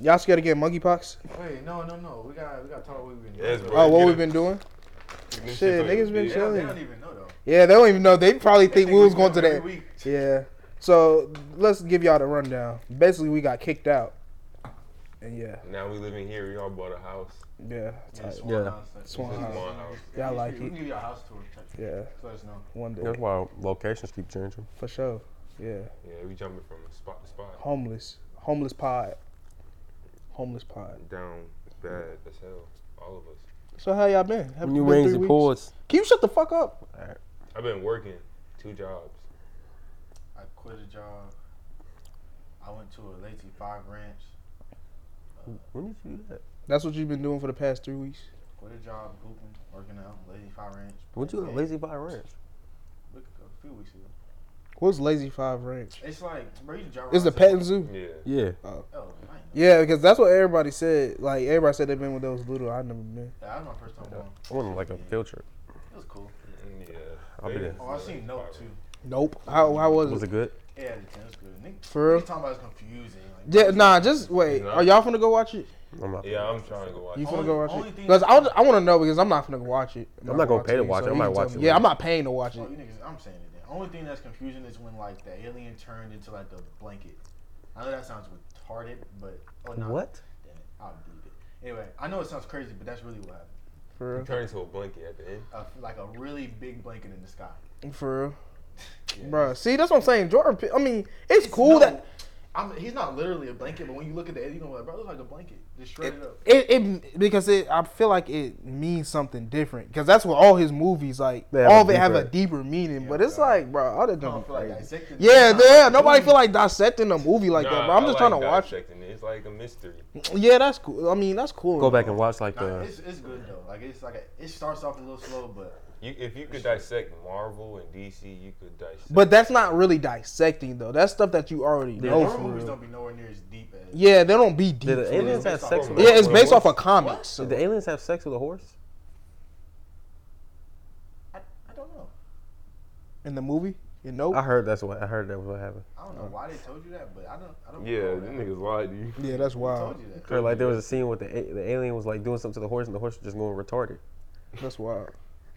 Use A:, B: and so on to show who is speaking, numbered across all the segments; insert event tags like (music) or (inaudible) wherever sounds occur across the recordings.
A: Y'all scared of getting monkeypox?
B: Wait, no, no, no. We got we got to talk what we've been
C: Yes,
B: doing.
C: bro.
A: Oh, what
C: get
A: we've
C: it.
A: been doing?
C: Niggas
A: Shit,
C: fucking
A: niggas been
B: They
C: big.
B: don't, they
A: chilling.
B: don't even know though.
A: Yeah, they don't even know. They probably
B: They
A: think we was
B: come
A: going to
B: every
A: that.
B: week.
A: Yeah. So let's give y'all the rundown. Basically, we got kicked out. And yeah,
C: Now we living here. We all bought a house.
A: yeah,
B: Yeah,
A: tight.
B: Swan
D: Yeah.
B: House, like-
A: Swan
B: This is
A: House.
C: House.
A: Yeah, I
B: We-
A: like
B: we
A: it.
B: can give you a house tour. type shit.
A: yeah.
B: Let us know.
A: One day
D: That's why our locations keep changing.
A: for sure. Yeah,
C: Yeah, we jumping from spot to spot.
A: homeless, homeless pod, homeless pod.
C: Down bad as hell. All of us.
A: So how y'all been? Have
D: New wings and pause.
A: Can you shut the fuck up?
C: I've been working two jobs.
B: I quit a job. I went to a lazy five ranch.
D: When did you do that?
A: That's what you've been doing for the past three weeks.
B: Quit a job, hooping, working out, lazy five ranch.
D: When did you go to
B: Hey,
D: Lazy Bye Ranch?
B: Look, a few weeks ago.
A: What's Lazy Five Ranch?
B: It's like, bro, you drive
A: It's the
B: around
A: petting zoo.
C: Yeah.
D: Yeah.
B: San- Oh, I ain't know.
A: Yeah, because that's what everybody said. Like everybody said they've been when they was little. I never been.
B: That was my first time going.
D: I went on like a field trip.
B: It was cool.
C: Yeah.
D: I'll be there.
B: Oh, I seen Nope too.
A: Nope. How how was,
D: Was
A: it?
D: it good?
B: Yeah, the tennis good. Nigga,
A: For real?
B: you talking about it's confusing. Like,
A: Yeah, nah. Just wait.
C: Nah.
A: Are y'all finna go watch it?
D: I'm not.
C: Yeah, I'm trying to go watch.
A: You
C: it.
A: finna
B: Only-
A: go watch
B: only
A: it?
B: thing-
A: Because I, want to know because I'm not finna go watch it.
D: I'm not gonna pay to watch it. I
A: you
D: might
A: can tell
D: watch
A: me.
D: it
A: Yeah,
D: later.
A: I'm not paying to watch
B: Oh,
A: it.
B: you niggas, I'm saying it. Then. Only thing that's confusing is when like the alien turned into like the blanket. I know that sounds retarded, but oh no.
D: What?
B: Damn it, I'll delete it. Anyway, I know it sounds crazy, but that's really what happened.
A: For
C: Turn into a blanket at the end.
B: A, like a really big blanket in the sky.
A: real. For real.
B: Yeah.
A: Bruh, see, that's what I'm saying. Jordan, P- I mean, it's,
B: It's
A: cool
B: no-
A: that
B: I'm, he's not literally a blanket, but when you look at the alien, you're gonna be like, bro, it looks like a blanket. Just shredded up.
A: it, it because it. I feel like it means something different because that's what all his movies like.
D: They have
A: all
D: a
A: of it have a
D: deeper-
A: deeper meaning,
B: Yeah,
A: but it's
B: bro.
A: like, bro, all that
B: I don't
A: don't be
B: feel like
A: crazy.
B: dissecting
A: Yeah,
B: it.
A: yeah. Nobody feel like dissecting a movie like that,
C: Nah,
A: bro. I'm
C: I
A: just
C: like
A: trying to watch it.
C: dissecting It's like a mystery.
A: Yeah, that's cool. I mean, that's cool.
D: Go back and watch like uh,
B: Nah,
D: the.
B: it's, it's good though. Like it's like a, it starts off a little slow, but
C: You, if you could dissect Marvel and DC, you could dissect.
A: But that's not really dissecting though. That's stuff that you already
D: Yeah.
A: know.
B: horror
A: For
B: movies
A: real.
B: don't be nowhere near as deep as
A: Yeah, they don't be deep.
D: Did the
A: for real.
D: aliens have
B: It's
D: sex?
C: all-
D: With
A: Yeah, it's
D: with a
A: based off
D: horse?
A: of comics. so-
D: Did the aliens have sex with a horse?
B: I, I don't know.
A: in the movie, you know.
D: I heard that's what I heard that was what happened.
B: I don't know why they told you that, but I don't. I don't.
C: yeah,
B: know
C: them
B: that.
C: niggas lied to
A: (laughs)
C: you.
A: Yeah, that's
B: Who
A: wild.
B: told you that.
D: Heard like there was a scene with the a- the alien was like doing something to the horse and the horse was just going retarded.
A: That's wild.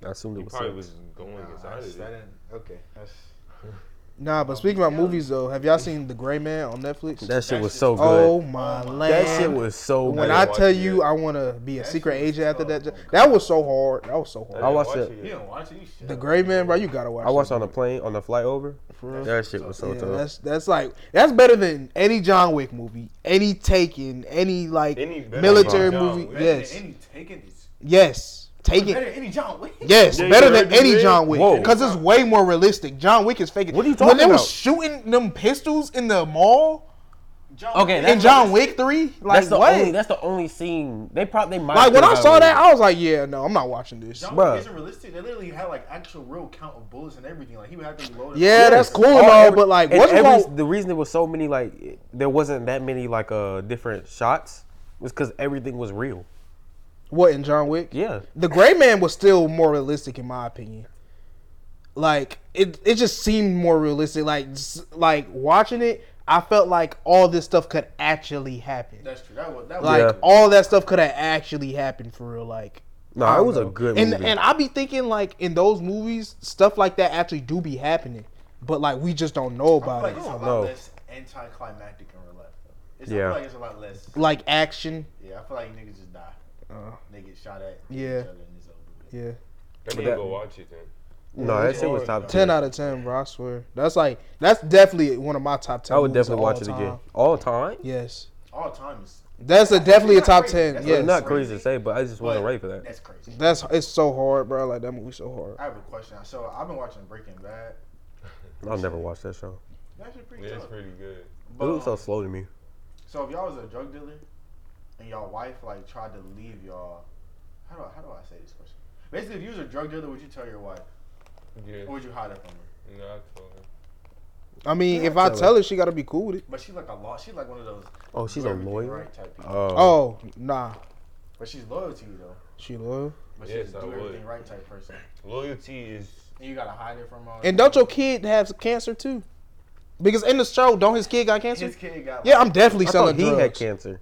D: I assumed
C: You
D: it was.
C: probably
D: sex.
C: was going
B: Nah,
C: inside
B: that's-
C: of
B: that
C: it.
B: didn't- Okay, that's
A: Nah, but speaking about movies though, have y'all seen The Gray Man on Netflix?
D: That shit
B: That
D: was
B: shit-
D: so good.
A: oh my
B: That
A: land!
D: that shit was so
A: When
D: good.
A: I
D: I,
A: tell
C: watch
A: you
C: it.
A: I want to be a
B: That
A: secret
B: shit was
A: agent after
B: tough.
A: that, jo- that was so hard. That was so
C: I
A: hard.
C: didn't
D: watched
C: watch
D: it.
B: you
C: yet.
B: didn't watch it. You shut
A: The
B: up.
A: Gray Man, bro, you gotta watch.
D: watched it
A: that
D: on the plane on the flight over.
A: For real.
D: That shit was so
A: yeah,
D: tough.
A: that's that's like that's better than any John Wick movie, any Taken, any like
C: Any better
A: military
C: than John
A: movie.
C: Wick.
B: Better
A: Yes,
B: than any Taken is
A: yes,
B: better
A: Taken.
B: than any John Wick.
A: Yes,
C: Yeah, you
A: better
C: heard
A: than
C: you
A: any
C: did?
A: John Wick
D: Whoa.
A: because it's way more realistic. John Wick is faking.
D: What are you
A: When
D: talking
A: they
D: about?
A: was shooting them pistols in the mall
B: John
D: Okay,
B: Wick-
D: that-
A: in John Wick Three, like
D: that's the
A: what?
D: only. That's the only scene they probably. They might
A: like when I
D: could've
A: saw
D: got
A: that,
D: away
A: I was like, yeah, no, I'm not watching this.
B: John
D: Bruh.
B: Wick isn't realistic. They literally had like actual real count of bullets and everything. Like he would have to reload. it.
A: Yeah, that's cool and
D: with it.
A: all,
D: every-
A: but like,
D: and
A: what's
D: every-
A: wrong?
D: The reason there was so many like it- there wasn't that many like uh different shots was because everything was real.
A: What in John Wick?
D: Yeah.
A: The Gray Man was still more realistic in my opinion. Like it, it just seemed more realistic. Like, s- like watching it, I felt like all this stuff could actually happen.
B: That's true. That was that was
A: Like
D: Yeah.
A: all that stuff could have actually happened for real. Like,
D: No,
A: I
D: it
A: don't
D: was a
A: know.
D: good
A: and,
D: movie.
A: And I be thinking like in those movies, stuff like that actually do be happening, but like we just don't know
B: I feel
A: about
B: like
A: it.
B: it's a lot
D: No.
B: less anticlimactic in real life. Though. It's, I
D: Yeah.
B: feel like it's a lot less.
A: Like action,
B: Yeah, I feel like niggas just die.
A: Uh.
B: they get shot at.
A: Yeah.
B: Each other and it's over with.
A: yeah.
C: I need to
D: that-
C: go watch it then.
D: No, that shit was top
A: Ten
D: tier.
A: out of ten, bro. I swear. That's like that's definitely one of my top ten.
D: I would
A: movies of
D: definitely
A: all
D: watch it
A: time.
D: again. All time.
A: Yes,
B: All time is.
A: that's a, definitely a
B: It's not
A: top
B: crazy.
A: ten.
B: That's
A: Yes,
D: Not crazy to say, but I just wasn't
B: but
D: ready for that.
B: That's crazy.
A: that's it's so hard, bro. Like that movie so hard.
B: I have a question. So I've been watching Breaking Bad.
D: I'll never watch that show.
B: That's actually pretty
C: It's
B: tough.
C: pretty good.
D: It
B: But,
D: was so
B: um,
D: slow to me.
B: so if y'all was a drug dealer and y'all wife like tried to leave y'all, how do I, how do I say this question? Basically, if you was a drug dealer, would you tell your wife,
C: Yeah.
B: or would you hide it from her?
C: No, I told her.
A: I mean,
D: Yeah,
A: if I
D: tell
A: tell her, she gotta be cool with it.
B: But she like a law. She's like one of those.
D: Oh, she's
B: do
D: a
B: everything
D: lawyer.
B: right type people.
A: Oh
D: Oh,
A: nah,
B: but she's loyal to you though.
A: she loyal.
B: But
C: Yes,
B: she's
C: I
B: a do
C: would.
B: everything right type person.
C: Loyalty is.
B: And you gotta hide it from her.
A: And don't your kid have cancer too? Because in the show, don't his kid got cancer?
B: His kid got.
A: yeah,
B: like-
A: I'm definitely
D: I
A: selling
D: thought he
A: drugs.
D: had cancer.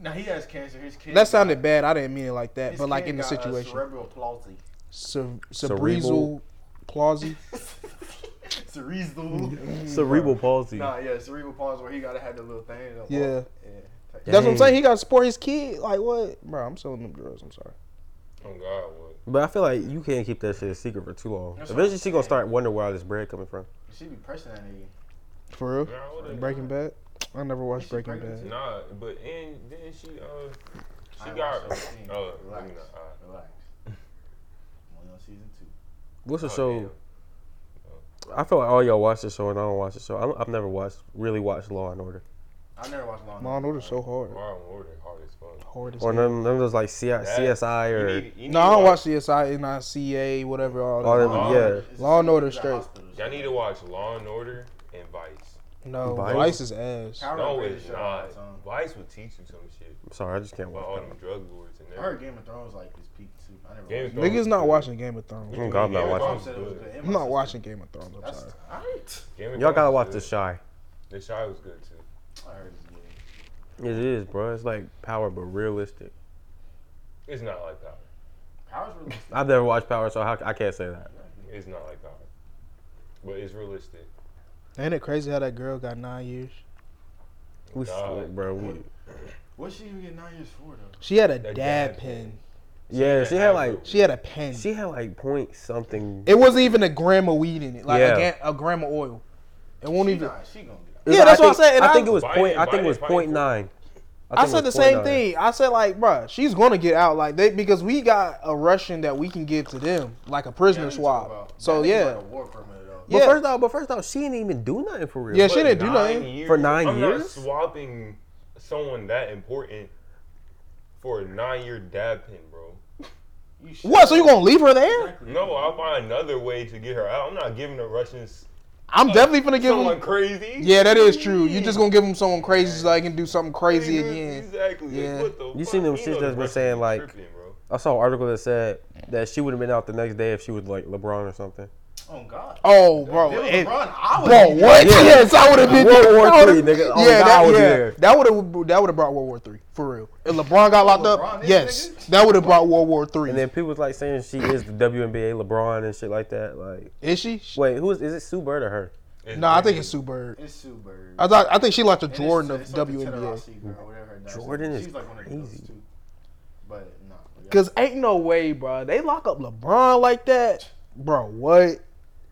B: Now he has cancer. His kid.
A: That sounded bad. I didn't mean it like that,
B: his
A: but like
B: kid
A: in the
B: got, uh,
A: situation,
B: cerebral palsy. (laughs)
A: Cere- cerebral
D: Cerebral-
A: palsy.
B: Cerebral.
D: Cerebral palsy.
B: Nah, yeah, cerebral palsy where he gotta have the little thing. in the
A: Yeah.
B: wall. yeah.
A: That's what I'm
D: Dang.
A: saying. He got to support his kid. Like what, bro? I'm selling them drugs. I'm sorry.
C: Oh God, what?
D: But I feel like you can't keep that shit a secret for too long.
B: That's what
D: Eventually,
B: I'm
D: she gonna
B: saying.
D: start wondering where all this bread coming from.
B: She be pressing that nigga.
A: For real.
C: Nah, what a-
A: Breaking Bad. I never watched
B: She's
A: Breaking
B: pregnant.
A: Bad.
C: Nah, but and then she uh she
B: I watched
C: got
B: that scene.
C: oh let
B: relax,
C: me not. uh,
B: relax. I'm only on season two.
D: What's the
C: oh,
D: show?
C: damn.
D: I feel like all y'all watch the show and I don't watch the show. I don't, I've never watched really watched Law and Order
B: I never watched Law and
A: Law and Order's so hard.
C: Law and Order hard as fuck.
A: Hard as
D: or
A: hell.
D: none, none of those like CI,
C: That-
D: CSI
C: You
D: or
C: need- you need
A: No, I
C: to
A: don't watch CSI, NICA, whatever. All
D: All
A: that.
D: them-
C: Law and
D: yeah.
C: Order.
B: It's
A: Law and
B: a-
A: Order
B: it's a
A: straight.
B: hospital show.
C: Y'all need to watch Law and Order and Vice.
A: No,
D: Vice?
A: Vice is ass.
B: How
C: No,
B: did I
C: it's
B: show all
C: not.
B: the time?
C: Vice would teach you some shit
D: I'm sorry, I just can't
C: about
D: watch.
C: all
D: That.
C: them drug lords and
B: I heard
C: everything.
B: Game of Thrones like is peak too. I never
C: Game of
B: watched it.
C: Thrones
A: Niggas
C: is
A: not
C: good.
A: watching Game of Thrones.
D: Oh, God, I'm not
C: Game of
D: watching.
B: Thrones
C: Thrones
B: said it was good.
C: good.
B: And
A: I'm
B: my
A: not
B: sister-
A: watching Game of Thrones. I'm
B: That's
A: sorry.
B: all right.
C: Game of
D: Y'all gotta
C: Thrones
D: watch The
C: is
D: Shy.
C: good. The Shy was good too.
B: I heard it's good.
D: It is, bro. It's like Power but realistic.
C: It's not like that.
B: Power's really
D: I've never watched Power, so how, I can't say that.
C: It's not like that. But it's realistic.
A: Ain't it crazy how that girl got nine years?
D: We,
C: God.
D: slick, bro. We,
B: What's she even get nine years for though?
A: She had a dad,
C: That dad
A: pen.
C: pen.
D: yeah, she had like
A: She had a pen.
D: she had like point something.
A: it wasn't even a gram of weed in it, like a,
D: Yeah.
A: ga- a gram of oil. It won't
B: She
A: even.
B: not- she gonna get out.
A: Yeah, that's what I
D: think-
A: said, and
D: I
A: I-
D: think it was
C: Biden-
D: point. I think
C: Biden
D: it was
C: fighting
D: point
C: for it.
D: nine.
A: I,
D: think it
A: said the
D: was
A: same
D: 0.9.
A: thing. I said like, bruh, she's gonna get out like they because we got a Russian that we can give to them like a
B: Yeah,
A: prisoner
B: we talk
A: swab.
B: about-
A: So
B: that nigga
A: yeah,
B: like a war criminal though.
A: Yeah.
D: But first off, but first off, she didn't even do nothing for real.
A: Yeah,
C: But
A: she didn't do
C: nine
A: nothing.
C: years-
D: For nine
C: I'm Not
D: years?
C: swapping someone that important for a nine-year dab pin, bro.
B: You should-
A: what? So you gonna leave her there?
B: Exactly.
C: No, I'll find another way to get her out. I'm not giving the Russians
A: I'm definitely gonna give
C: someone
A: him.
C: crazy.
A: Yeah, that is true. you just gonna give him someone crazy so I can do something crazy
C: Nigga,
A: again.
C: Exactly. Like,
A: Yeah.
C: what the
D: You
C: fuck?
D: seen them
C: You
D: shits
C: know
D: that's
C: the
D: been
C: Russians
D: saying,
C: be
D: like-
C: tripping, bro.
D: I saw an article that said that she would have been out the next day if she was like LeBron or something.
B: Oh God.
A: Oh, bro,
B: If it was
A: and-
B: LeBron, I would.
A: Bro, what?
D: Yeah.
A: Yes, I would have been
D: World War
A: I would've-
D: III, nigga. Oh,
A: yeah,
D: God, I
A: that,
D: would've
A: yeah,
D: been there.
A: that would have that would have brought World War Three for real. If LeBron got locked
B: LeBron
A: up,
B: is,
A: yes,
B: nigga.
A: that would have brought World War Three.
D: And then people was like saying she is the WNBA LeBron and shit like that. Like,
A: is she?
D: wait, who is? Is it Sue Bird or her?
C: It's
A: No, I think
C: crazy.
A: it's Sue Bird.
B: It's Sue Bird.
A: I thought I think she locked a
B: And
A: Jordan
B: it's-
A: of
B: it's like the
A: WNBA.
B: Tenorasi girl, whatever her name
D: Jordan is
B: She's like one of those
D: crazy.
B: too. But no. yeah.
A: Cause ain't no way, bro. They lock up LeBron like that, bro. What?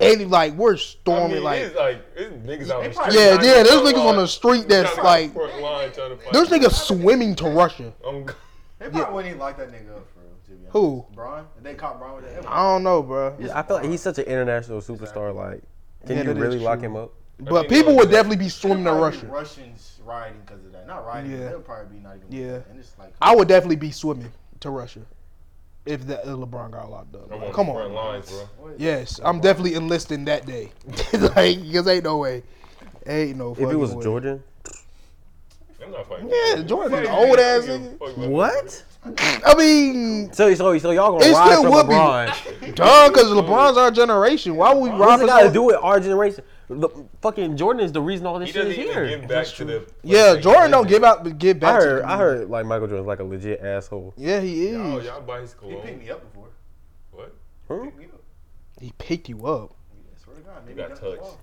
A: And like we're
C: I mean,
A: storming like.
C: it's like it's niggas out
B: They
C: the
B: probably-
C: street.
A: Yeah,
C: Not
A: yeah.
C: even
A: There's
C: front
A: niggas on
C: line.
A: the street that's
C: Not even
A: like,
C: front line trying to fight.
A: there's niggas swimming to Russia.
C: I'm g-
B: They probably wouldn't even lock that nigga up for real. To be honest.
A: Who?
B: Braun. If they caught Braun with that. it
A: I don't know, bro.
D: I feel like he's such an international superstar. Like, can
A: Yeah,
D: you
A: that is
D: really lock
A: true.
D: him up?
A: But
C: think
A: people
C: those-
A: would definitely be
B: would
A: swimming to
B: probably be
A: Russia.
B: Russians rioting because of that. Not rioting.
A: Yeah.
B: Yeah. They'll probably be not even.
A: Yeah.
B: And it's like.
A: I would definitely be swimming to Russia if that if LeBron got locked up.
C: I'm on
A: Come
C: the front
A: on.
C: lines, bro.
B: What?
A: Yes, I'm definitely enlisting that day. (laughs) like, cause ain't no way, ain't no.
D: If it
A: fucking
D: was
A: way.
D: Jordan,
C: I'm not fighting.
A: Yeah, Jordan's an old ass nigga.
D: what?
A: I mean,
D: So, so, so y'all gonna
A: It
D: ride
A: still
D: for
A: would be- (laughs)
D: LeBron?
A: duh, cause LeBron's our generation. Why would we
D: What's
A: rob
D: it
A: us?
D: got to
A: all-
D: do with our generation? The, fucking Jordan is the reason all this
C: He
D: shit
C: doesn't
D: is
C: even
D: here.
C: give back to the.
A: Yeah, Jordan don't give out, but give
D: I
A: back. to
D: heard,
A: the
D: I heard, like Michael Jordan's like a legit asshole.
A: community. Yeah, he is.
C: Oh, y'all buy his
B: He picked
C: cologne.
B: me up before.
C: What?
D: Huh?
B: Picked me up.
A: He picked you up,
B: Yeah, swear to God.
C: You
B: Maybe
C: got
B: dunked the
C: touched.
B: ball.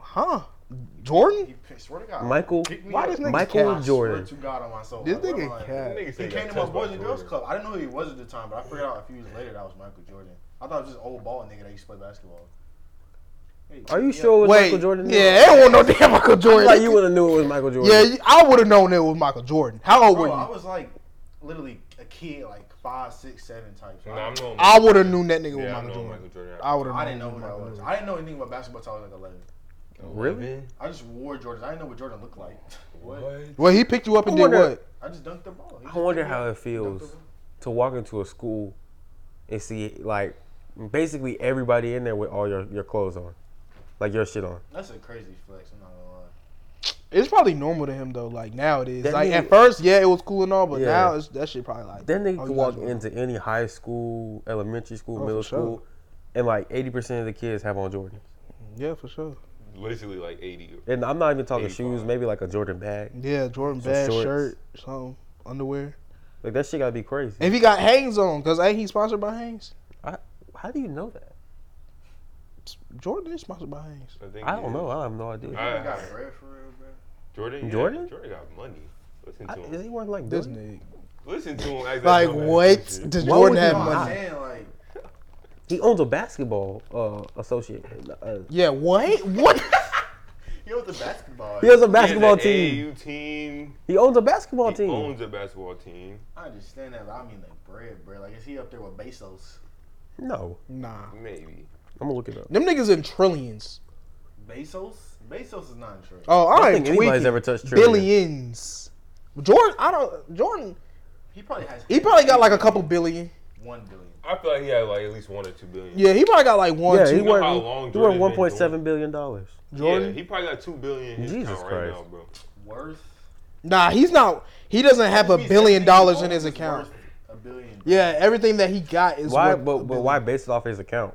A: huh?
B: He
A: Jordan?
B: picked- swear to God.
D: Michael-
B: picked me
A: Why
B: up.
A: this nigga
D: Michael
A: cat?
B: I
D: Jordan.
B: Swear to God on my soul.
A: This
B: Like, where am
A: nigga
B: I?
A: cat.
C: Nigga
B: He
C: said
B: came to
C: got
B: my
C: touched by
B: Boys and Girls
C: Jordan.
B: Club. I didn't know who he was at the time, but I figured out a few years later that was Michael Jordan. I thought it was just old bald nigga that used to play basketball. Hey,
D: Are you
B: yeah.
D: sure it was
A: Wait,
D: Michael Jordan?
A: yeah, I don't want no (laughs) damn Michael
D: I feel
A: Jordan.
D: like you would have knew it was Michael Jordan.
A: yeah, I would have known it was Michael Jordan. How old were
B: Bro,
A: you?
B: I was like literally a kid, like five, six, seven type. So
C: Nah, I'm
B: I,
C: on.
A: I would have knew that nigga
C: Yeah,
A: was
C: I'm
A: Michael
C: on
A: Jordan.
C: Michael Jordan.
A: I would have.
B: I didn't know who that was. I didn't know anything about basketball until I was like 11.
D: Really?
B: I just wore Jordans. I didn't know what Jordan looked like. (laughs) what?
C: What?
A: Well, he picked you up and
D: I
A: did
D: wonder-
A: what?
B: I just dunked the ball. He
D: I
B: just
D: wonder
B: picked me
D: how
B: up.
D: it feels
B: Dunked
D: to walk into a school and see like basically everybody in there with all your, your clothes on, like your shit on.
B: That's a crazy flex. I'm not gonna lie.
A: It's probably normal to him though. Like nowadays,
D: That
A: like
D: nigga-
A: at first, yeah, it was cool and all, but
D: Yeah.
A: now it's, that shit probably like.
D: Then they
A: oh,
D: can
A: you
D: walk
A: guys-
D: into any high school, elementary
A: Oh,
D: school,
A: for
D: middle
A: sure.
D: school, and like eighty percent of the kids have on Jordan.
A: Yeah, for sure.
C: Literally like 80.
D: And I'm not even talking shoes,
C: 85.
D: maybe like a Jordan bag.
A: Yeah, Jordan
D: Some
A: bag
D: shorts.
A: shirt, something. underwear.
D: Like that shit gotta be crazy.
A: If he got Hanes on, cause ain't he sponsored by Hanes?
D: How do you know that?
A: Jordan is sponsored by Hanes.
C: I, think
D: I
C: he
D: don't
C: is.
D: know. I have no idea.
C: I-
B: Nigga got bread for real, bro.
C: Jordan. yeah,
D: Jordan?
C: Jordan got money. Listen to
D: I-
C: him.
D: is he worth like
A: This
D: billion?
A: nigga.
C: Listen to him. act
A: Like
C: dumbass and
A: what?
C: shit.
A: Does
D: Why
A: Jordan
D: would
A: have
D: you
B: No, I'm
A: money?
B: saying like
D: He owns a basketball uh, associate. Uh,
A: Yeah. What? What? (laughs)
B: he with the basketball.
D: he has a
C: He had
D: basketball
C: the
D: team.
C: AAU team.
D: He owns a basketball
C: He
D: team.
C: owns a basketball team.
B: I understand that, but I mean like bread, bro. Like is he up there with Bezos?
D: no,
A: nah.
C: Maybe.
D: I'm gonna look it up.
A: Them niggas in trillions.
B: Bezos? Bezos is not in trade.
A: Oh,
D: I
A: I
D: don't
A: ain't
D: think anybody's
A: tweaking.
D: ever touched trillion.
A: Billions. Jordan, I don't. Jordan,
B: He probably has.
A: he probably got like a couple billion.
B: One billion.
C: I feel like he had like at least one or two billion.
A: Yeah, he probably got like one.
D: Yeah,
A: two.
D: he
C: know
D: worth
C: how long
D: he worth
C: Jordan been
D: 1.7 billion dollars.
A: Jordan.
C: Yeah, he probably got two billion in his
D: Jesus
C: account right
D: Christ.
C: now, bro.
B: Worth.
A: Nah, he's not. He doesn't have a
B: He said
A: billion
B: he
A: dollars in
B: owns
A: his
B: is
A: account.
B: worth A billion.
A: Yeah, everything that he got is
D: Why?
A: worth
D: But
A: a
D: but
A: billion.
D: why base it off his account?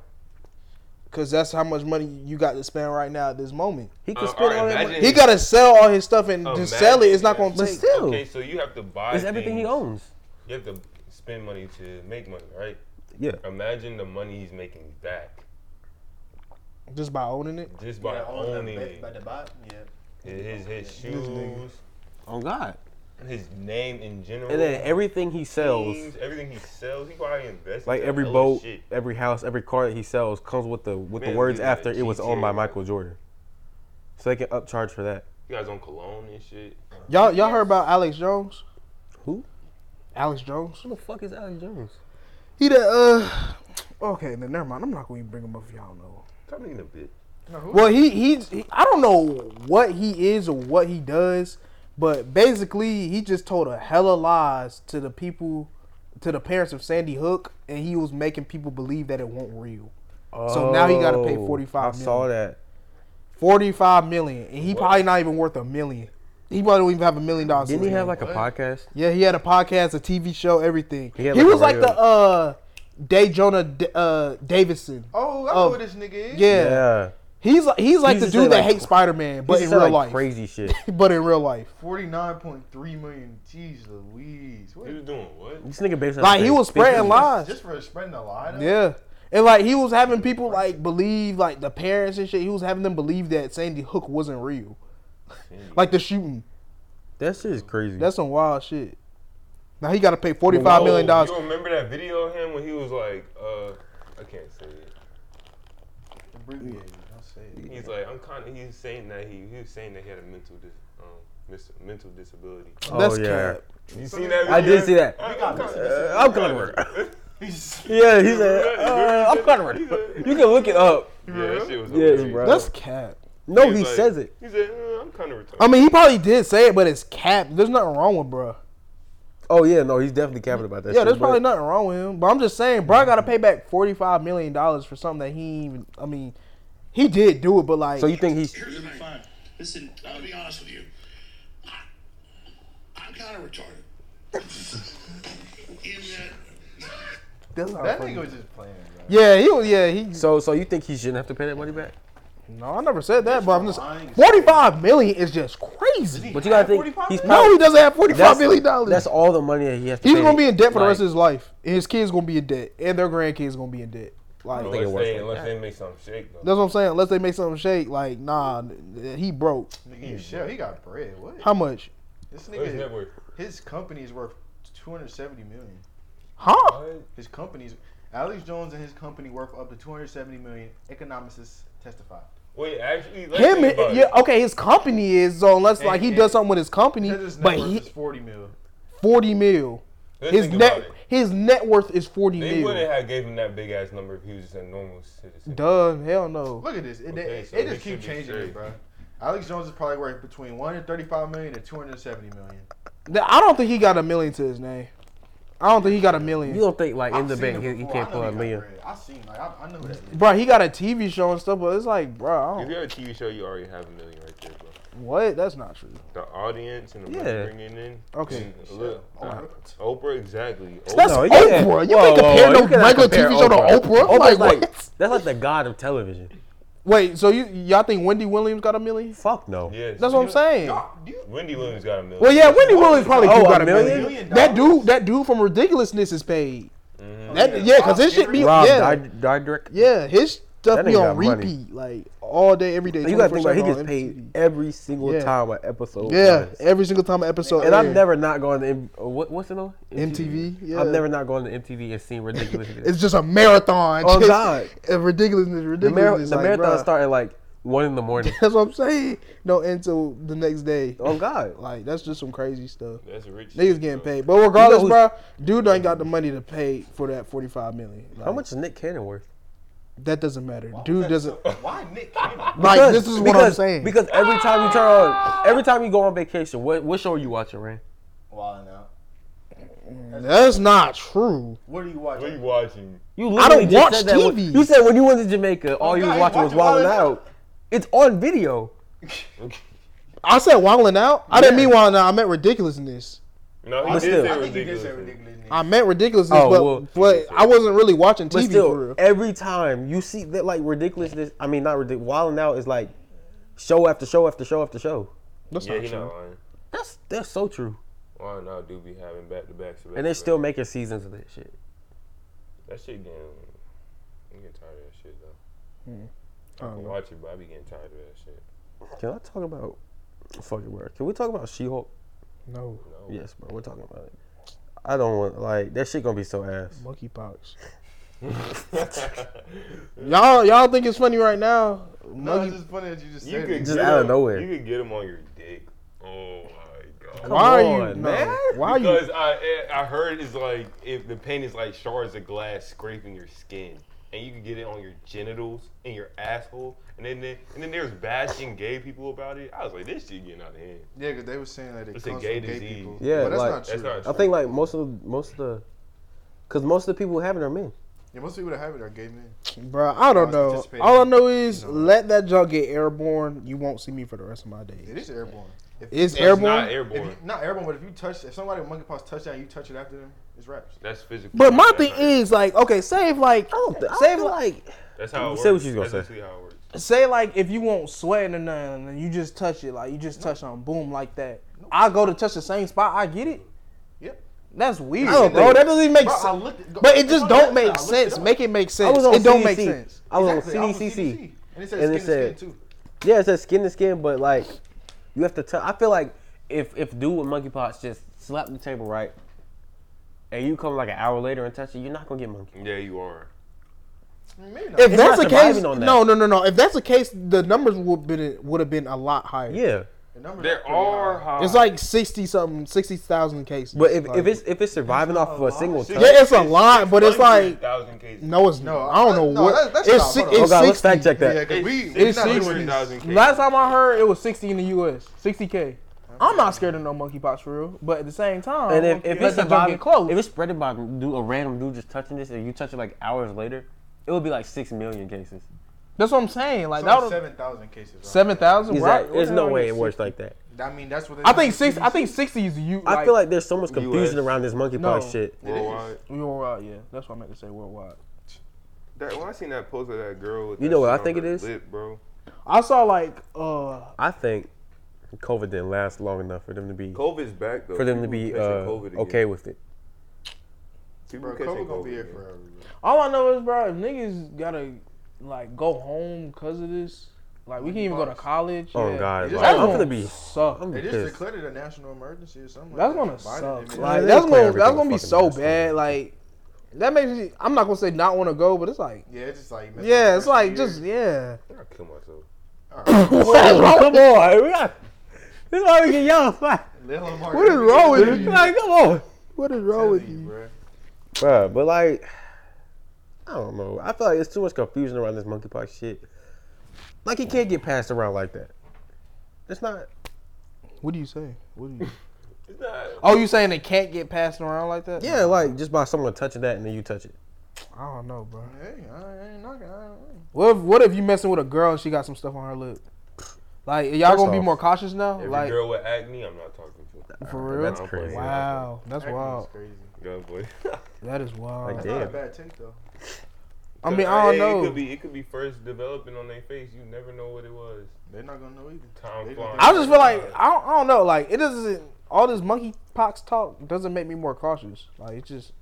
A: Because that's how much money you got to spend right now at this moment.
D: He
C: Uh,
D: could spend
C: alright,
D: all that.
C: imagine
D: money.
A: He got to sell all his stuff and
C: Imagine
A: just sell it. It's not
C: that.
A: going to
D: But
A: take.
D: still,
C: Okay, so you have to buy.
D: it's everything he
C: things.
D: owns.
C: You have to spend money to make money, right?
D: Yeah.
C: Imagine the money he's making back
A: Just by owning it.
C: just by
B: By
C: owning
B: the,
C: it.
B: by the bot. Yeah.
C: His his
A: nigga.
C: shoes,
D: Oh God.
C: his name in general,
D: And then everything he sells,
C: teams, everything he sells, he probably invests.
D: like
C: into
D: every
C: hella
D: boat,
C: shit.
D: every house, every car that he sells comes with the with
C: Man,
D: the words
C: we got
D: after it was owned
C: GTA,
D: by
C: bro.
D: Michael Jordan. So they can upcharge for that.
C: You guys on cologne and shit.
A: Y'all, y'all heard about Alex Jones?
D: Who?
A: Alex Jones.
D: Who the fuck is Alex Jones?
A: He the uh. Okay, then never mind. I'm not going to bring him up if y'all know.
C: Stop being a bitch.
A: Well, he, he he I don't know what he is or what he does, but basically he just told a hella lies to the people, to the parents of Sandy Hook, and he was making people believe that it won't real. So now he gotta pay
D: Oh,
A: 45
D: I saw that.
A: Forty five million, and he
C: What?
A: probably not even worth a million. He probably don't even have a million dollars.
D: Didn't
A: in
D: he
A: him.
D: have like a
B: What?
D: podcast?
A: Yeah, he had a podcast, a TV show, everything. He,
D: He had, like, a
A: was like
D: radio-
A: the uh, Day Jonah D- uh, Davidson.
B: Oh, I
A: Oh.
B: know who this nigga is.
A: Yeah. he's like he's like
D: He
A: the
D: used to
A: dude
D: say,
A: that
D: like,
A: hates Spider Man,
D: But
A: but in real life.
D: crazy shit.
A: But in real life.
B: Forty-nine point three million. Jeez, Louise. What?
C: He was doing what?
D: This nigga based
A: Like he was spreading lies.
B: Just for spreading a lie. though?
A: Yeah. And like he was having people like believe like the parents and shit. He was having them believe that Sandy Hook wasn't real, like the shooting.
D: That shit is crazy.
A: That's some wild shit. Now he got to pay forty five million dollars.
C: You remember that video of him when he was like, uh, I can't say it.
B: Abbreviated. I'll say it.
C: He's like, I'm kind of. He's saying that he he was saying that he had a mental dis, um mis- mental disability.
D: Oh,
A: That's
D: yeah.
A: cap.
C: You seen that? Video?
D: I did see that.
C: I'm
B: got
C: kinda-
D: Uh, I'm Conrad.
C: (laughs)
B: He's-
D: (laughs) Yeah, he
C: remember that?
D: said,
C: You
D: uh,
C: remember
D: I'm Conrad.
C: that? He said-
D: You can look it up.
C: Yeah, that shit was.
D: Yeah,
C: OG.
D: bro.
A: That's cap.
D: No,
C: He's
D: he
C: like-
D: says it.
C: He said, uh, I'm kind of retarded.
A: I mean, he probably did say it, but it's cap. There's nothing wrong with bruh.
D: Oh yeah, no, he's definitely capping about that.
A: Yeah,
D: shit,
A: there's
D: but-
A: probably nothing wrong with him. But I'm just saying, bruh got to pay back forty five million dollars for something that he ain't even. I mean, he did do it, but like,
D: So you think he's?
E: Here's the thing. Listen, I'm gonna be honest with you. I, I'm kind of retarded. In that,
A: that's not
B: That
A: funny.
B: nigga was just playing, bro.
A: yeah, he was. Yeah, he.
D: So so you think he shouldn't have to pay that money back?
A: No, I never said that, but I'm just
B: lying.
A: forty-five million is just crazy.
D: But you gotta think
B: 45
D: he's
A: No, he doesn't have forty-five
D: that's,
A: million dollars.
D: That's all the money that he has. to
A: He's
D: pay,
A: gonna be in debt for the rest of
D: like,
A: his life. And his kids gonna be in debt, and their grandkids gonna be in debt. Like
C: unless
D: think it works
C: they,
D: like
C: unless
D: that.
C: they make something shake though.
A: that's what I'm saying. Unless they make something shake, like nah, n- he broke.
B: Nigga, you shell. He got bread. What?
A: How much?
B: This
C: What's
B: nigga,
C: net worth?
B: his company is worth 270 million.
A: Huh?
C: What?
B: His company's Alex Jones and his company worth up to 270 million. Economicists testify.
C: Wait, actually, let's
A: Him?
C: think about
A: Yeah.
C: it.
A: Okay, his company is so unless like he
B: And-
A: does something with his company,
B: Says his net
A: but
B: worth
A: he
B: is 40 mil.
A: forty mil.
C: Let's
A: His
C: think
A: net
C: about it.
A: his net worth is forty
C: They wouldn't
A: mil.
C: have gave him that big ass number if he was just a normal citizen.
A: Duh, hell no.
B: Look at this. It, they-
C: Okay,
B: it,
C: so
B: they
C: this
B: just keep
C: should be
B: changing
C: straight.
B: it, bro. Alex Jones is probably worth between 135 million and 270 million.
A: I don't think he got a million to his name. I don't think he got a million.
D: You don't think like in
B: I've
D: the
B: seen
D: bank
B: him
D: he, he
B: before.
D: can't
B: I
D: pull
B: know
D: out a
B: he got
D: million?
B: bread. I seen like I, I know that. nigga.
A: Bro, he got a TV show and stuff, but it's like, bro, I
C: If
A: don't-
C: you have a TV show, you already have a million right there, bro.
A: what? That's not true.
C: The audience and the
D: Yeah.
C: money bringing in.
A: Okay.
C: and look, uh,
B: Oprah.
C: Oprah, exactly.
A: That's
D: No,
C: Oprah.
D: you can't-
A: Oprah. You
D: Whoa,
A: can't
D: whoa,
A: compare
D: whoa,
A: no
D: you cannot
A: regular
D: compare
A: TV show to Oprah.
D: Oprah's
A: Like,
D: like
A: what?
D: that's like the god of television.
A: Wait, so you y'all think Wendy Williams got a million?
D: Fuck no.
C: Yes.
A: That's what I'm saying.
B: Y'all, do you,
C: Wendy Williams got a million.
A: Well, yeah, Wendy Williams probably
D: Oh,
A: do
D: a
A: got a
D: million?
A: million.
B: Million
A: That
B: dollars?
A: dude, that dude from Ridiculousness is paid. That
B: yeah.
A: yeah, because his shit be
D: Rob
A: yeah,
D: Dyd- Dyrdek.
A: yeah, his
D: That
A: stuff be
D: nigga
A: on
D: got money.
A: repeat like all day, every day.
D: You gotta think about it, he
A: 24/7
D: gets
A: on
D: paid
A: MTV.
D: every single
A: Yeah.
D: time an episode.
A: Yeah,
D: runs.
A: every single time an episode.
D: And I've
A: aired.
D: never not gone to M- uh, what, what's it on
A: MTV. Yeah.
D: I've never not gone to MTV and seen
A: (laughs)
D: ridiculous.
A: It's just a marathon.
D: Oh,
A: Just-
D: God.
A: uh, ridiculousness,
D: the mar-
A: ridiculousness.
D: the
A: like,
D: marathon
A: bruh.
D: started at like one in the morning.
A: (laughs) That's what I'm saying. No, until the next day.
D: oh God!
A: Like that's just some crazy stuff.
C: That's rich.
A: Niggas getting paid, but regardless,
D: You know
A: bruh, Dude ain't got the money to pay for that forty-five million.
D: How
A: Like,
D: much is Nick Cannon worth?
A: That doesn't matter. Dude doesn't.
B: (laughs) Why Nick Cannon?
A: Like
D: Because-
A: this is what I'm
D: because-
A: saying.
D: Because every time you turn on, every time you go on vacation, what what show are you watching, Rain?
B: Wilding out.
A: that's not true.
B: What are you watching?
C: What are you watching?
D: You
A: I
D: literally
A: don't watch
D: just
A: Oh,
D: said that when-
A: TV.
D: you said when you went to Jamaica, all you
B: God,
D: was
B: you
D: watching was
B: watching
D: Wild
B: Wild'n Out.
D: Out. It's on video.
A: I said wilding out. I didn't
D: Yeah.
A: mean wilding out. I meant ridiculousness.
C: No, he
B: I think-
C: did
D: still.
C: say
B: I
C: ridiculous.
B: think you did say ridiculous. Nick.
A: I meant ridiculousness,
D: Oh,
A: but
D: well,
A: but I wasn't really watching TV
D: But
A: for real.
D: still, every time you see that, like ridiculousness. I mean, not ridiculous. Wild Out is like show after show after show after show.
A: That's
C: Yeah,
A: not
C: he
A: true.
C: not lying.
D: That's that's so true.
C: Why not do be having back to backs?
D: And they're still making seasons of that shit.
C: That shit getting. I'm getting tired of that shit
A: I
C: though. I
D: Oh,
A: don't
C: can
A: know.
C: watch it, but I be getting tired of that shit.
D: Can I talk about fucking word? Can we talk about She-Hulk?
A: No,
C: No.
D: Yes, bro. We're talking about it. I don't want like that shit gonna be so ass.
A: monkeypox.
D: (laughs)
C: (laughs) you
A: Y'all y'all think it's funny right now?
B: No,
A: Monkey,
B: it's just funny that you just
C: could
B: said it.
D: Just
C: get
D: out of
C: him-
D: nowhere.
C: You could get him on your dick. Oh my
A: why
C: god.
D: Come
A: are you
D: on,
A: no,
D: man.
A: Why are you?
C: because I I heard it's like if the paint is like shards of glass scraping your skin, and you can get it on your genitals and your asshole, and then then- and then there's bashing gay people about it. I was like, this shit getting out of hand.
B: Yeah, because they were saying that it
C: It's a
B: comes
C: gay
B: from gay
C: disease.
B: people.
D: Yeah,
B: but that's
D: like-
B: not true.
C: That's not
D: I
C: true.
D: think like most of most of the, cause most of the people who have it are men.
B: Yeah, most people that have it are gay men.
A: Bruh, I don't
B: was
A: know.
B: anticipating-
A: All I know is
B: No.
A: let that junk get airborne. You won't see me for the rest of my
B: It
A: days.
B: is airborne.
A: It's
B: If you touch-
C: It's
A: airborne?
C: not
B: If
C: airborne.
B: you, not airborne, but if you touch, if somebody with monkeypox touch that, and you touch it after them, it's raps.
C: That's physical.
A: But my
C: That's
A: thing
C: not-
A: is like, okay, say if like
D: I don't, th- I
A: say
D: don't
A: if
D: feel
A: like
D: like
C: that's how it
D: Say what
C: works.
D: you was gonna
C: That's
D: say.
C: actually how it works.
A: say like if you won't sweat or nothing and you just touch it, like you just touch on boom like that. I go to touch the same spot, I get it.
B: Yep.
A: That's weird.
D: don't
A: bro,
D: think-
A: that doesn't even make
B: Bro, I
A: sense.
B: looked at-
A: But it
B: it's
A: just
B: on
A: don't
B: the website. I
A: make
B: looked
A: sense.
B: it up.
A: Make it make
D: I
A: sense.
D: was on
A: It don't make
D: CDC.
A: sense.
D: I was
B: Exactly, I
D: on
B: was
D: CDCC.
B: And it says
D: And
B: skin
D: it
B: to
D: said-
B: skin too.
D: Yeah, it says skin to skin, but like you have to touch. I feel like if if dude with monkeypox just slap the table right, and you come like an hour later and touch it, you're not gonna get monkey.
C: Yeah, you are.
B: Maybe not.
A: If
D: It's
A: that's
D: not
A: the case,
D: surviving on that.
A: no, no, no, no. If that's the case, the numbers would been would have been a lot higher.
D: Yeah,
B: The numbers
C: There
B: pretty
C: are
B: high.
C: high.
A: It's like sixty something, sixty thousand cases.
D: but if,
A: Like-
D: if it's if it's surviving off of a single
B: Yeah,
D: touch,
A: Yeah, it's a lot, but it's like-
C: 600,000 cases.
A: no, it's no.
B: No,
A: I don't
B: I-
A: know
B: no,
A: what.
B: that's- that's
A: it's
B: not-
A: si-
B: hold on.
A: it's
D: oh god, let's
A: 60.
D: fact check
B: Yeah,
D: that.
B: because we,
C: It's
B: we're not
A: six-
B: doing this.
C: 600,000 cases.
A: Last time I heard, it was sixty in the U.S. Sixty k. I'm not scared of no monkeypox for real, but at the same time,
D: And if, if
A: Oh, let
D: it's
A: the junk
D: surviving,
A: get close,
D: if it's spreaded by dude, a random dude just touching this, and you touch it like hours later, it would be like six million cases.
A: that's what I'm saying. Like
B: It's
A: that
B: only
A: was
B: 7,000 cases. Right?
A: seven thousand. Right?
D: There's
A: What
D: no
A: the
D: way it
A: hell
D: works
A: is-
D: like that.
B: I mean, that's what they
A: I think six. I think sixty is you.
D: I feel like there's so much confusion
C: US.
D: around this monkeypox
A: No.
D: shit.
C: Worldwide.
A: worldwide. Yeah, that's what I meant to say. Worldwide.
C: That, when I seen that post of that girl, with
D: You
C: that
D: know what
C: shit
D: I
C: on
D: think
C: her
D: it is?
C: lip, bro.
A: I saw like uh
D: I think COVID didn't last long enough for them to be
C: COVID's back though.
D: for them to
C: People
D: be
C: catching COVID
D: uh,
C: again.
D: okay with it.
C: People
B: Bro,
C: catching
B: COVID gonna be here
C: again.
B: forever. bro.
A: All I know is, bro, if niggas gotta like go home because of this, like we can't even go to college.
D: Oh
A: yeah,
D: god,
B: It's
D: like,
A: that's
D: I'm
A: gonna
D: gonna be.
A: suck.
D: I'm
B: They just
D: pissed.
B: declared it a national emergency or something.
A: That's
B: like
A: gonna
B: that.
A: suck.
B: Biden
A: Like,
B: admitted-
D: Like, they
A: that's
D: declare
A: gonna that's
D: everything
A: gonna be
D: fucking
A: so
D: national.
A: bad. Like that makes me. I'm not gonna say not want to go, but it's like
B: yeah, it's just like messing with
A: yeah,
B: the
A: it's
B: rest of
A: like
B: the
A: just
B: year.
A: yeah.
C: I gotta kill myself.
A: What's wrong-
D: (laughs) come on, we got. This is why we get young. (laughs) Like,
B: Lil Mark-
A: What is wrong with you?
D: like, come on.
A: What is
B: Telling
A: wrong with
B: you,
A: you?
B: bro.
D: Bruh, but like, I don't know. I feel like there's too much confusion around this monkeypox shit. Like, it can't get passed around like that. It's not.
A: What do you say? What do you?
C: It's not.
A: (laughs) Oh, you saying it can't get passed around like that?
D: Yeah, like just by someone touching that and then you touch it.
A: I don't know, bro.
B: Hey, I ain't knocking. I don't know.
A: What if, what if you messing with a girl and she got some stuff on her lip? Like y'all
D: First
A: gonna be
D: off,
A: more cautious now?
C: Every
A: like
C: girl with acne, I'm not talking
F: (laughs)
C: to.
A: for real?
D: That's
C: I'm
D: crazy.
C: playing.
A: Wow, that's
B: Acne is
A: wild.
B: crazy.
C: Gun boy.
A: That is wild.
D: Like,
B: It's not a
D: Damn.
B: bad take though.
C: (laughs)
F: I mean, I don't
C: Hey, It
F: know.
C: could be it could be first developing on their face. You never know what it was.
B: They're not gonna know either.
C: Time
B: They
C: flies.
B: gonna
F: I just feel like I don't, I don't know. Like it doesn't. All this monkeypox talk doesn't make me more cautious. Like it's just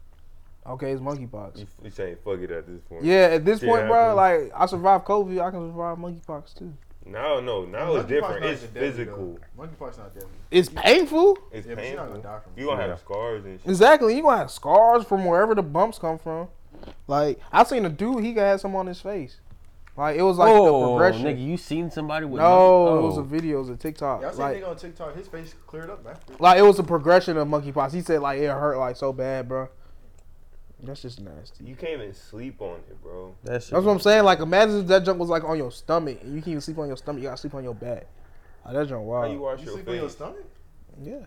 F: okay. It's monkeypox.
C: You, you saying fuck it at this point.
F: Yeah, at this
C: Yeah,
F: point,
C: I
F: bro.
C: agree.
F: Like I survived COVID, I can survive monkeypox too.
C: Now no, now
B: Monkeypox
C: it's different.
B: not
C: It's
B: deadly, though.
C: physical.
B: Monkeypox not deadly.
F: It's painful.
C: It's
B: Yeah, but you're not
C: painful.
B: gonna die from
C: You gonna
D: Yeah.
C: have scars and shit.
F: Exactly. You gonna have scars from wherever the bumps come from. Like I seen a dude, he had some on his face. Like it was like the
D: oh,
F: progression.
D: nigga, you seen somebody with?
F: no,
D: monkey-
F: it was a
D: oh.
F: video, it was a TikTok.
B: Y'all seen
F: like,
B: nigga on TikTok? His face cleared up, man.
F: like it was a progression of monkeypox. He said like it hurt like so bad, bro. That's just nasty.
C: You can't even sleep on it, bro.
D: That shit.
F: That's what I'm saying. Like imagine if that junk was like on your stomach and you can't even sleep on your stomach. You gotta sleep on your back. Like, that junk
C: How
F: wild.
C: you wash
B: You
C: your
B: sleep on your
C: face?
B: stomach?
F: yeah.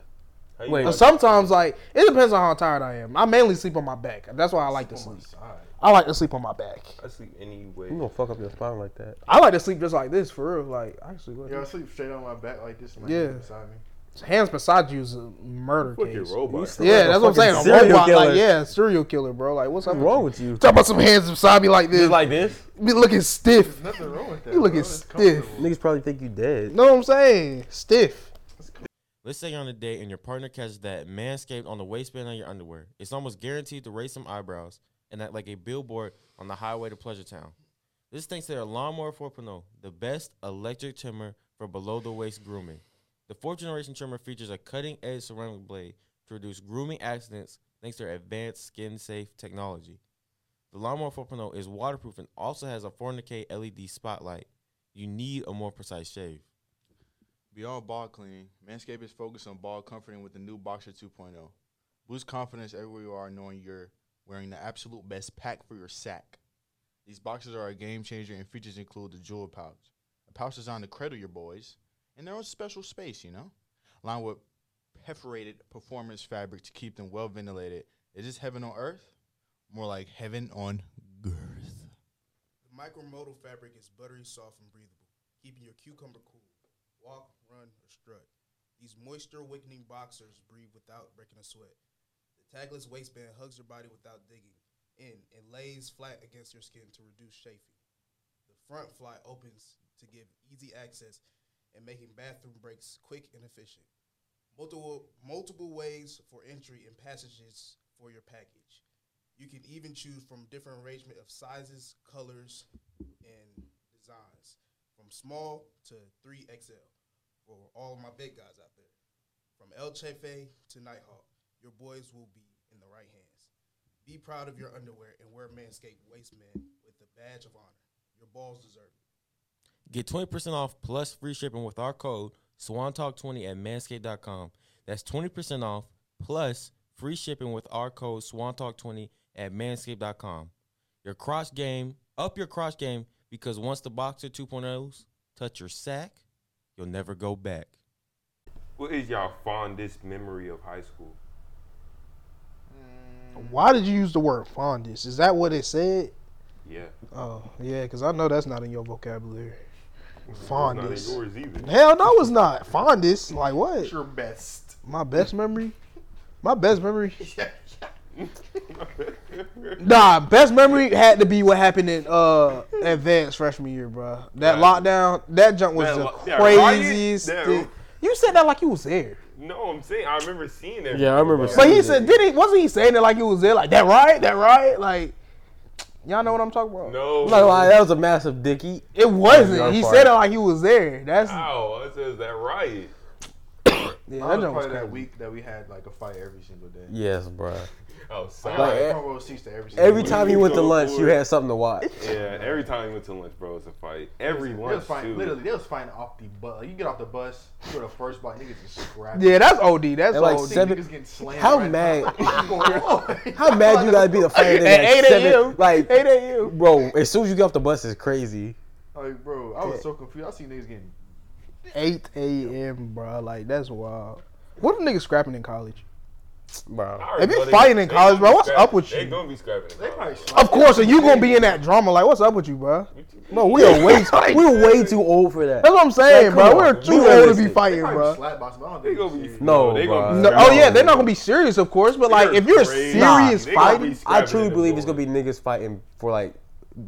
C: How you
D: Wait.
F: And
C: wash-
F: sometimes like it depends on how tired I am. I mainly sleep on my back. That's why I like to
B: Oh my
F: sleep.
B: side.
F: I like to sleep on my back.
C: I sleep anyway.
D: You gonna fuck up your spine like that?
F: I like to sleep just like this for real. Like I actually,
B: Yeah, I sleep straight on my back like this. My
F: Yeah.
B: yeah. Beside me.
F: hands beside you is a murder
C: Fucking
F: case.
C: robot.
D: sleep-
F: Yeah, that's what I'm
D: Fucking
F: saying. A
D: serial
F: robot,
D: killer.
F: like yeah, serial killer, bro. Like what's up?
D: What's
F: with
D: wrong
F: you?
A: (laughs)
D: with you?
F: Talk about some hands beside me like this,
D: Just like
F: like
D: this?
F: me looking stiff.
B: There's nothing wrong with that.
F: You looking
B: bro. It's
F: stiff.
B: comfortable.
D: Niggas probably think you dead.
F: Know what I'm saying? Stiff.
G: Let's say you're on a date and your partner catches that manscaped on the waistband of your underwear. It's almost guaranteed to raise some eyebrows and act like a billboard on the highway to Pleasure Town. This thanks to their Lawnmower 4.0, the best electric trimmer for below the waist grooming. The fourth generation trimmer features a cutting edge ceramic blade to reduce grooming accidents thanks to their advanced skin safe technology. The Lawnmower 4.0 is waterproof and also has a 4K LED E spotlight. You need a more precise shave.
H: Beyond ball cleaning, Manscaped is focused on ball comforting with the new Boxer 2.0. Boost confidence everywhere you are, knowing you're wearing the absolute best pack for your sack. These boxers are a game changer, and features include the jewel pouch, a pouch designed to cradle your boys in their own special space, you know, lined with perforated performance fabric to keep them well ventilated. Is this heaven on earth? More like heaven on girth.
A: The micromodal fabric is buttery soft and breathable, keeping your cucumber cool. Walk, run, or strut. These moisture wickening boxers breathe without breaking a sweat. The tagless waistband hugs your body without digging in and lays flat against your skin to reduce chafing. The front fly opens to give easy access and making bathroom breaks quick and efficient. Multiple, multiple ways for entry and passages for your package. You can even choose from different arrangement of sizes, colors, and designs, from small to 3XL for all my big guys out there. From El Chefe to Nighthawk, your boys will be in the right hands. Be proud of your underwear and wear Manscaped Waistman with the badge of honor. Your balls deserve it.
G: Get 20% off plus free shipping with our code SwanTalk20 at manscaped.com. That's 20% off plus free shipping with our code SwanTalk20 at manscaped.com. Your crotch game, up your crotch game because once the Boxer 2.0s touch your sack, you'll never go back.
C: What is y'all fondest memory of high school?
F: Why did you use the word fondness? Is that what it said?
C: Yeah.
F: Oh yeah, because I know that's not in your vocabulary.
C: It's
F: Fondness.
C: not in yours either.
F: Hell no, it's not. Fondness. Like what?
B: It's your best.
F: My best memory. My best
B: (laughs)
F: memory. Nah, best memory had to be what happened in uh advanced freshman year, bro. That
C: Right.
F: lockdown, that junk was
C: That
F: the
C: lo- that riot,
F: craziest.
C: that-
F: thing. You said that like you was there,
C: no, I'm saying I remember seeing that.
D: Yeah, I remember
F: but he
D: Yeah.
F: said, did he? Wasn't he saying it like you was there? Like that right, that right, like. Y'all know what I'm talking about?
C: No.
D: I'm not gonna lie, that was a massive dicky.
F: it
D: Your
F: wasn't. He
D: part.
F: said it like he was there. That's
B: Ah,
C: Ow, I said that riot.
B: I
F: yeah,
B: was
F: that junk was
B: probably
F: crazy.
B: that week that we had like a fight every single day.
D: Yes, bruh.
C: Outside.
D: Like,
B: I probably seats to every single
D: Every
B: day.
D: time you went to lunch, you had something to watch.
C: yeah, every time we went to lunch, bro, it's a fight. Every
B: They
C: lunch,
B: was fighting,
C: too.
B: literally, they was fighting off the bus. Like, you get off the bus, you go to the first block, niggas is scrapping.
F: Yeah, that's OD. That's
D: At like
F: OD.
B: See
D: seven-
B: niggas getting slammed.
D: How
B: right
D: mad-
B: now. (laughs) What's going on?
D: (laughs) How mad you gotta be the fire
F: At
D: at
F: 8
D: seven?
F: a.m.
D: Like,
F: 8 a.m.
D: bro, as soon as you get off the bus, it's crazy.
B: Like, bro, I was so confused. I seen niggas getting.
F: 8 a.m., bro. Like, that's wild. What are niggas scrapping in college?
D: Bro,
C: Alright,
F: If you
C: buddy,
F: fighting in
C: they gonna
F: college, bro,
C: be
F: what's up
C: scrapping.
F: with
C: They
F: you?
C: gonna be scrapping. in
B: They
C: college,
B: probably
C: bro.
B: slapped
F: Of course, and you gonna be in that drama. Like, what's up with you, bro? No, we are
D: (laughs)
F: way.
D: we were way too old for that.
F: That's what I'm
D: Like,
F: saying, bro.
D: come
F: We're
D: on,
F: too
D: be
F: old to be
D: realistic.
F: fighting,
B: Probably
F: bro.
B: slap box, but I don't
C: They
B: think
C: gonna
B: it's
C: be
B: serious.
D: No,
C: they gonna
D: bruh.
C: be
F: No, oh yeah,
C: scrapping.
F: they're not gonna be serious, of course. But like,
C: They're
F: if you're
C: crazy.
F: serious
C: They gonna be
F: fighting,
C: scrapping
D: I
C: in
D: truly
C: the
D: believe it's gonna
C: dorm.
D: be niggas fighting for like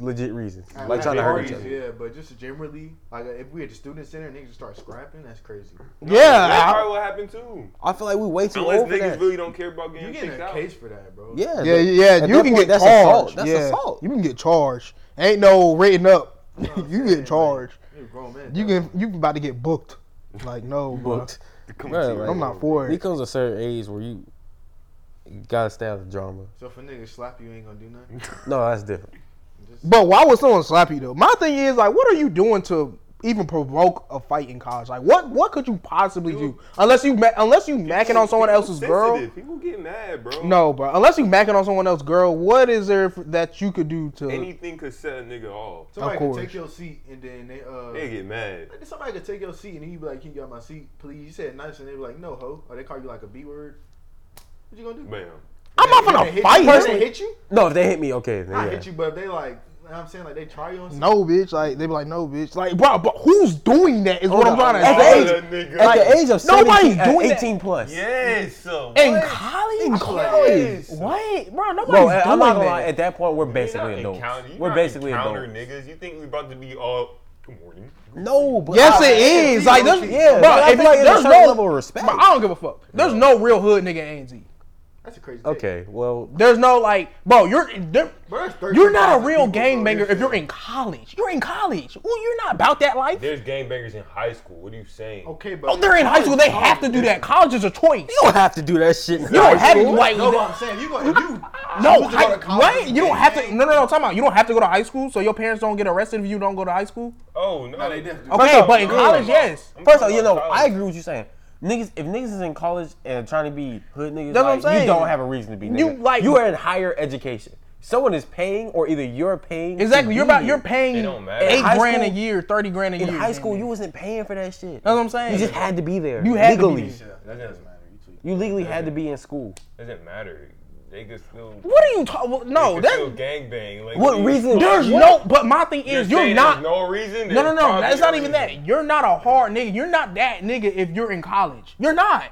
D: legit reasons.
B: At
D: Like trying to hurt each
B: parties,
D: other.
B: Yeah, but just generally, like if we had the student center and niggas just start scrapping, that's crazy.
C: That's
F: Yeah,
C: probably what happened too.
D: I feel like we way too
C: Unless
D: old for
C: niggas
D: that.
C: really don't care about
B: You
C: getting
B: getting
C: kicked
B: a
C: out.
B: case for that, bro?
D: Yeah,
F: yeah,
D: but-
F: yeah.
D: at
F: You
D: that
F: can
D: point,
F: get
D: that's
F: charged.
D: Assault. That's
F: yeah.
D: assault.
F: You can get charged. Ain't no written up. (laughs) you get charged.
B: You grown man.
F: You can you can about to get booked. Like no, bro.
D: Booked.
C: Come
D: Bruh,
C: to your
D: like-
F: I'm
C: own.
F: not for
D: There
F: it.
D: comes a certain age where you gotta stay out of drama.
F: (laughs)
B: So if a nigga slap you, ain't gonna do nothing.
D: No, that's different.
F: But why would someone slap you though? My thing is like, what are you doing to even provoke a fight in college? Like, what what could you possibly do unless you ma- unless you macking on someone
C: People
F: else's girl?
C: sensitive. People get mad, bro.
F: No, bro. Unless you macking on someone else's girl, what is there f- that you could do to?
C: Anything could set a nigga off.
B: Somebody
F: course.
B: could take your seat and then they uh.
C: They get mad.
B: Somebody could take your seat and he'd be like, "Can you get out my seat, please?" You said nice, and they be like, "No, ho." Or they call you like a b word. What you gonna do?
C: Bam.
F: I'm not
B: They
F: gonna
B: hit
F: fight
B: you, They
F: her.
B: hit you?
D: No, if they hit me, okay. Then,
B: Not
D: yeah.
B: hit you, but if they like, you know what I'm saying like they try you on. something.
F: No, bitch. Like they be like, no, bitch. Like, bro, but who's doing that? Is what I'm
D: Hold on.
F: trying
D: At
F: to
D: the
F: say.
D: age-
C: That nigga.
D: At the age of
F: nobody's
D: 17, uh,
F: doing that.
D: 18 plus.
C: Yes. uh,
F: In
C: what?
F: college?
C: college.
F: What? Bro, nobody's
D: Bro,
F: doing
D: I'm not gonna lie.
F: that.
D: At that point, we're
C: You're not
D: basically adults.
C: encounter- you're
D: We're
C: not
D: basically
C: encounter
D: adults.
C: niggas. You think we about to be all good morning?
D: No, but
F: Yes,
D: I-
F: it is. Like, there's,
D: Yeah,
F: bro,
D: but I
F: if
D: feel like there's
F: you- there's
D: a
F: no
D: certain level of respect.
F: Bro, I don't give a fuck. There's no real hood nigga in ANZ.
B: that's a crazy. take.
D: Okay, well,
F: There's no like, bro. You're there-
B: Bro, that's 13,000
F: you're not a
B: people,
F: real
B: bro.
F: gangbanger if
B: That's-
F: you're in college. You're in college. Ooh, you're not about that life.
C: There's gangbangers in high school. What are you saying?
B: Okay, but
F: Oh, they're in high school. They have to do that. College is a choice.
D: you don't have to do that shit.
F: You don't have to like
B: No, but I'm saying you gonna
F: (laughs)
B: you.
F: No,
B: choose to
F: high,
B: go to college
F: what?
B: and
F: You don't
B: get
F: have to.
B: gang-
F: No, no, no. Time out. You don't have to go to high school, so your parents don't get arrested if you don't go to high school.
C: Oh no,
B: No, they definitely.
F: Okay,
D: off,
F: but in
D: yeah.
F: college, yes.
C: I'm
D: First off,
C: talking
D: you
C: about
D: know, I
C: college.
D: agree with you saying. Niggas, if niggas is in college and trying to be hood niggas,
F: That's what
D: like,
F: I'm saying.
D: you don't have a reason to be. Nigga.
F: You,
D: You
F: like-
D: you are in higher education. Someone is paying, or either you're paying. to
F: Exactly. You're
D: be
F: about
D: here.
F: you're paying
C: It don't matter.
F: eight
D: In high
F: grand a
D: school-
F: year, thirty grand a
D: in
F: year.
D: high school. You
F: damn
D: wasn't paying for that shit.
F: near. That's what I'm saying.
D: You just had to be there.
F: You had to be
D: legally.
F: there.
B: Yeah, that doesn't matter. You tweet.
D: You legally had to be in school.
C: Doesn't matter. They could still.
F: what are you talking?
C: they
F: No,
C: could still
F: that
C: gangbang. Like,
D: What
C: you-
D: reason-
F: there's
D: What?
F: no. But my thing
C: You're,
F: is, you're,
C: saying
F: not.
C: there's no reason.
F: No, no, no.
C: There's
F: That's not
C: probably
F: even
C: a
F: that.
C: reason.
F: You're not a hard nigga. You're not that nigga if you're in college. You're not.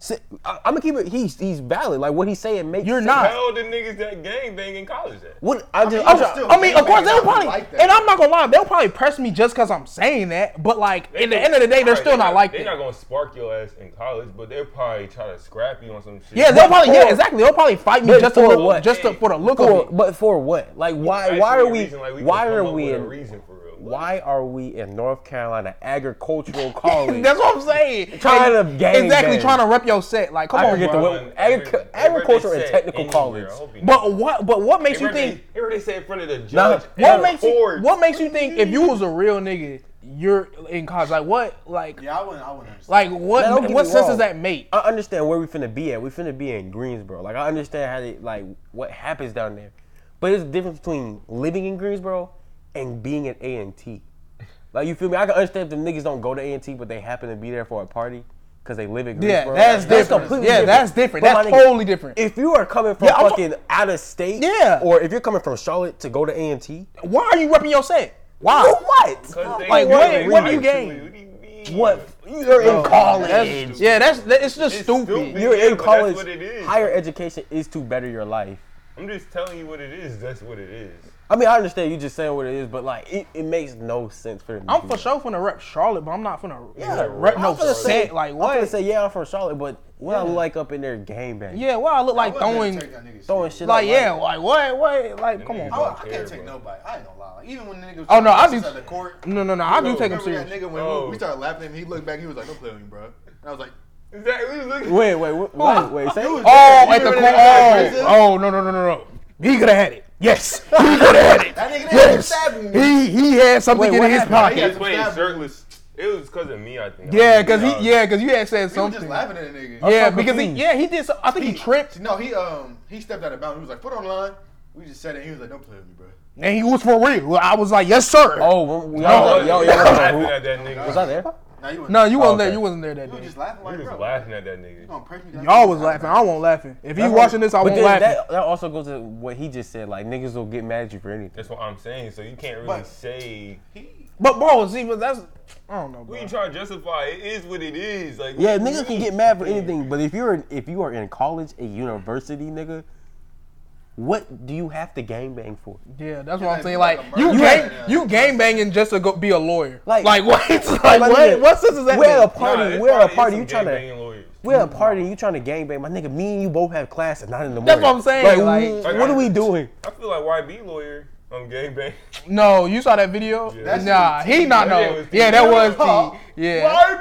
D: Si- I, am gonna keep it. He's he's valid. Like what he's saying makes.
F: You're
D: sense.
F: not.
C: How the niggas that gangbang in college at?
D: What I just.
B: mean,
D: I'm
B: you
D: try-
B: still-
F: I mean, of course, they'll
B: Like
F: probably,
B: that.
F: and I'm not gonna lie, they'll probably press me just because I'm saying that. But like, in the end of the day, they're
C: Alright,
F: still not like
C: They're
F: that.
C: not gonna spark your ass in college, but they'll probably try to scrap you on some shit.
F: Yeah,
D: But
F: they'll probably, yeah,
D: for-
F: exactly. They'll probably fight me
D: but
F: just to
D: for
F: look,
D: what?
F: just to, for the look
D: for, (laughs)
F: of it.
D: but for what? Like why?
C: Ask
D: Why
C: me
D: are
C: a
D: we?
C: reason, like, we
D: why
C: can come
D: are
C: up
D: we
C: with
D: in?
C: a reason for real? What?
D: Why are we in North Carolina
F: (laughs)
D: Agricultural College?
F: That's what I'm saying.
D: Trying to
F: Like,
D: gang
F: exactly
D: bang.
F: trying to rep your set. Like, come
D: I
F: on,
D: forget
F: bro.
D: the
C: Everyone-
D: Well, agric-
C: everyone-
D: agricultural and
C: everyone
D: technical
C: said
D: college.
C: anywhere. I hope you know.
F: But what? But what makes you
C: Remember
F: think?
C: they- remember they say in front of the judge.
D: Nah,
C: and
F: What
C: the
F: makes you?
C: court.
F: What makes you think if you was a real nigga, you're in college? Like what? Like
B: Yeah, I wouldn't. I wouldn't understand.
F: like
D: Now, don't
F: what?
D: get
F: What
D: me
F: sense
D: wrong.
F: does that make?
D: I understand where we finna be at. We finna be in Greensboro. Like I understand how they like what happens down there. But it's the difference between living in Greensboro and being at A and T. Like you feel me? I can understand if them niggas don't go to A and T, but they happen to be there for a party because they live in
F: Yeah,
D: Greensboro.
F: that's different. Yeah, that's different.
D: But my
F: That's totally different.
D: If you are coming from
F: Yeah, I'm ta-
D: fucking out of state,
F: Yeah.
D: or if you're coming from Charlotte to go to A and T,
F: Why are you repping your set? Why?
D: for what?
C: 'Cause they
F: Like,
C: know
F: what-
C: they
F: what do
C: fight
F: you gain?
C: What do you mean?
D: What? You're in college.
F: That's- yeah, that's that, it's just stupid.
C: stupid.
D: You're
C: Yeah,
D: in
C: but that's
D: college.
C: what it is.
D: Higher education is to better your life.
C: I'm just telling you what it is. That's what it is.
D: I mean, I understand you just saying what it is, but like, it, it makes no sense for them. to
F: I'm
D: do
F: for
D: that.
F: sure finna rep Charlotte, but I'm not finna
D: Yeah,
F: rep no
D: I'm finna say-
F: set. Like
D: I'm
F: what?
D: gonna say yeah, I'm from Charlotte, but what I look like up in their game bag,
F: yeah, why I look
B: I
F: like
B: wouldn't
F: throwing,
B: take that nigga
D: throwing
B: shit.
D: shit.
F: like
D: out
F: yeah, like what, what? Like come on.
B: I,
F: Bro.
B: would- I
C: Care,
B: can't take
C: bro.
B: nobody. I ain't gonna lie. Like, even when the niggas
F: Oh no, I
B: trying to
F: do.
B: cuss at the court.
F: No, no, no, I do take him
B: Remember that
F: serious.
B: nigga when
C: Oh.
B: we started laughing at him, he looked back. He was like, "Don't play with me, bro." And I was like,
C: Exactly. We was looking.
D: wait, wait, wait, wait, wait. Say,
B: was-
D: oh,
F: Oh, at the
B: You remember
F: corner.
B: that guy,
F: Oh, oh, no, no, no, no, no. He could have had it.
B: (laughs)
F: Yes, he could have had it.
B: "That nigga didn't
F: Yes,
B: stab me."
F: he he had something
D: Wait,
F: in
D: what
F: his
D: happened?
F: pocket.
B: Yeah,
C: He was playing
B: stab-
C: shirtless. It was because of me, I think.
F: Yeah,
C: I
F: cause he yeah, cause you had said
B: We were just
F: something. Oh.
B: laughing at the nigga.
F: Yeah,
D: so
F: because he
D: confused.
F: yeah he did. So, I think he tripped
B: No, he um he stepped out of bounds. He was like, "Foot on the line." We just said it. He was like, "Don't play with me, bro."
F: and he was for real. I was like, yes, sir.
D: oh, we- we
C: Oh,
D: all, yo, yo, yo,
C: you was laughing at that nigga.
D: was I there?
B: Now you
F: No, you wasn't
D: Oh,
F: there.
D: okay.
F: You wasn't there that
B: You were
F: day.
B: just laughing
C: You
B: like,
C: was
B: bro.
C: laughing at that
B: You
F: Oh.
C: nigga.
B: gonna press me? down?
F: Y'all was laughing. I won't laughing. If you watching this, I
D: But
F: won't
D: then
F: laughing.
D: that, that also goes to what he just said. Like niggas will get mad at you for anything.
C: That's what I'm saying. So you can't really
B: But-
C: say.
F: But bro, see, but that's I don't know.
C: What
F: Bro.
C: you trying to justify? It is what it is. Like
D: Yeah,
C: what do you
D: niggas can
C: mean?
D: get mad for anything, but if you're in, if you are in college, a university, nigga, What do you have to gangbang for?
F: Yeah, that's what I'm
B: like,
F: saying.
B: you like
F: Like
B: a
F: you,
B: murderer.
F: gang,
B: Yeah.
F: you gang banging just to go be a lawyer.
D: Like-
F: Like, (laughs) what? Like,
D: my
F: what?
D: nigga,
F: What sense is that?
D: We're a
F: make?
D: party.
C: it's
D: we're
C: probably-
D: a
C: it's
D: party.
C: some
D: You trying to?
C: gangbang lawyers.
D: We're a party. You trying to gangbang? My nigga, me and you both have class at nine in the morning.
F: That's what I'm saying,
D: Like,
C: like-
D: what are we doing?
C: I feel like YB lawyer on gangbang.
F: No, you saw that video?
B: That's
F: Nah,
B: T.
F: he not
C: That
F: know.
C: was T.
F: Yeah, that was
B: Huh?
F: T. Yeah, yeah, that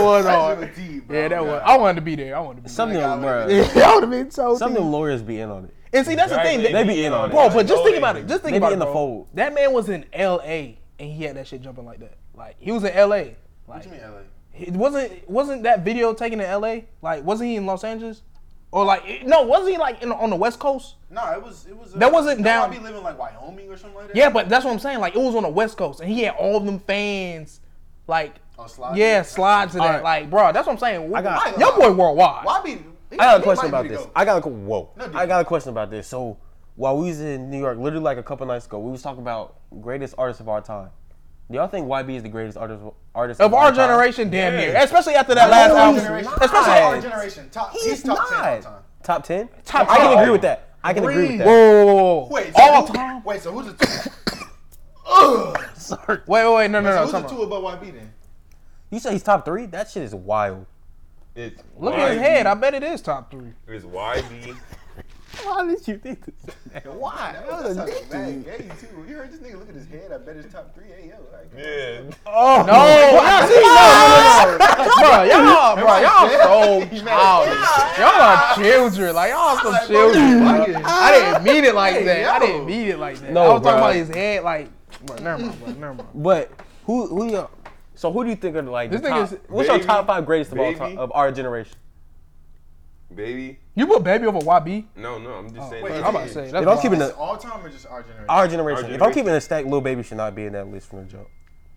F: was hard. Yeah, that was. I wanted to be there. I wanted to be.
D: Something,
B: Like, I
D: bro.
F: there. (laughs) Yeah, I would have been so. (laughs)
D: Some of
F: T.
D: them lawyers be in on it.
F: And see, that's the thing.
C: Exactly.
F: That,
D: They be in on it.
F: bro,
C: Like,
F: but just
C: oh,
F: think
C: they-
F: about it. Just think
D: they be
F: about
D: in
F: it,
D: the
F: bro.
D: fold.
F: That man was in L.A. and he had that shit jumping like that. Like he was in L.A. Like it wasn't wasn't that video taken in L.A. Like wasn't he in Los Angeles? Or like it- no, wasn't he like in, on the West Coast?
B: No, it was it was. uh,
F: That wasn't
B: don't I
F: down-
B: Be living like Wyoming or something like that.
F: Yeah, but that's what I'm saying. Like it was on the West Coast, and he had all them fans. Like
B: Oh, slide.
F: yeah, slides to that.
D: Alright.
F: Like bro, that's what I'm saying. I
D: got-
F: your boy worldwide.
B: Why be? he-
D: I got a
B: he
D: question
B: might
D: about
B: be the
D: this.
B: GOAT.
D: I got a qu- whoa.
B: dude.
D: I got a question about this. So while we was in New York, literally like a couple nights ago, we was talking about greatest artists of our time. Do y'all think YB is the greatest artist artist
F: Of our
D: time?
F: generation, damn
C: Yeah.
F: near. Especially after that last
D: he's
F: album.
B: generation.
D: not.
F: Especially
B: Especially our
D: Nice.
B: generation. Top.
D: He's,
B: He's top
D: not
B: ten all time.
D: top ten.
F: Top
D: I can
F: ten.
D: agree with that. I can agree with
F: Whoa,
D: that.
F: whoa, whoa, whoa.
B: Wait. So
F: all
B: who-
F: time. Wait,
B: Wait. So who's the two?
D: Sorry.
F: wait, wait, no, no,
B: So
F: no.
B: who's
F: come
B: the
F: on.
B: two above YB then?
D: You say he's top three? That shit is wild.
C: It's
F: Look at his
C: YB.
F: head. I bet it is top three.
C: It's YB.
D: Why did you think this?
B: Why? That was like mad gay too. You heard this nigga look at his head. I bet it's top three. Hey yo. Like, come on.
C: Yeah.
F: No, y'all see, no, no, no, no, bro, y'all, bro, y'all so childish. Y'all are children, like y'all some children. bro. I didn't mean it like that. I didn't mean it like that.
D: No,
F: I was
D: bro.
F: talking about his head, like, bro, never mind, bro, never mind.
D: But who who y'all? So who do you think are like
F: This
D: the
F: nigga
D: top,
F: is-
D: what's your
C: Baby,
D: top five greatest of all
C: baby.
D: time of our generation?
C: Baby.
F: You put baby over YB?
C: No, no. I'm just saying.
B: wait,
C: like,
F: I'm about to say that's
D: If Oh, I'm
F: wild.
D: keeping
B: Is
D: the
B: it all time or just our generation?
D: our generation, if I'm
C: generation.
D: keeping a stack, little baby should not be in that list from the jump.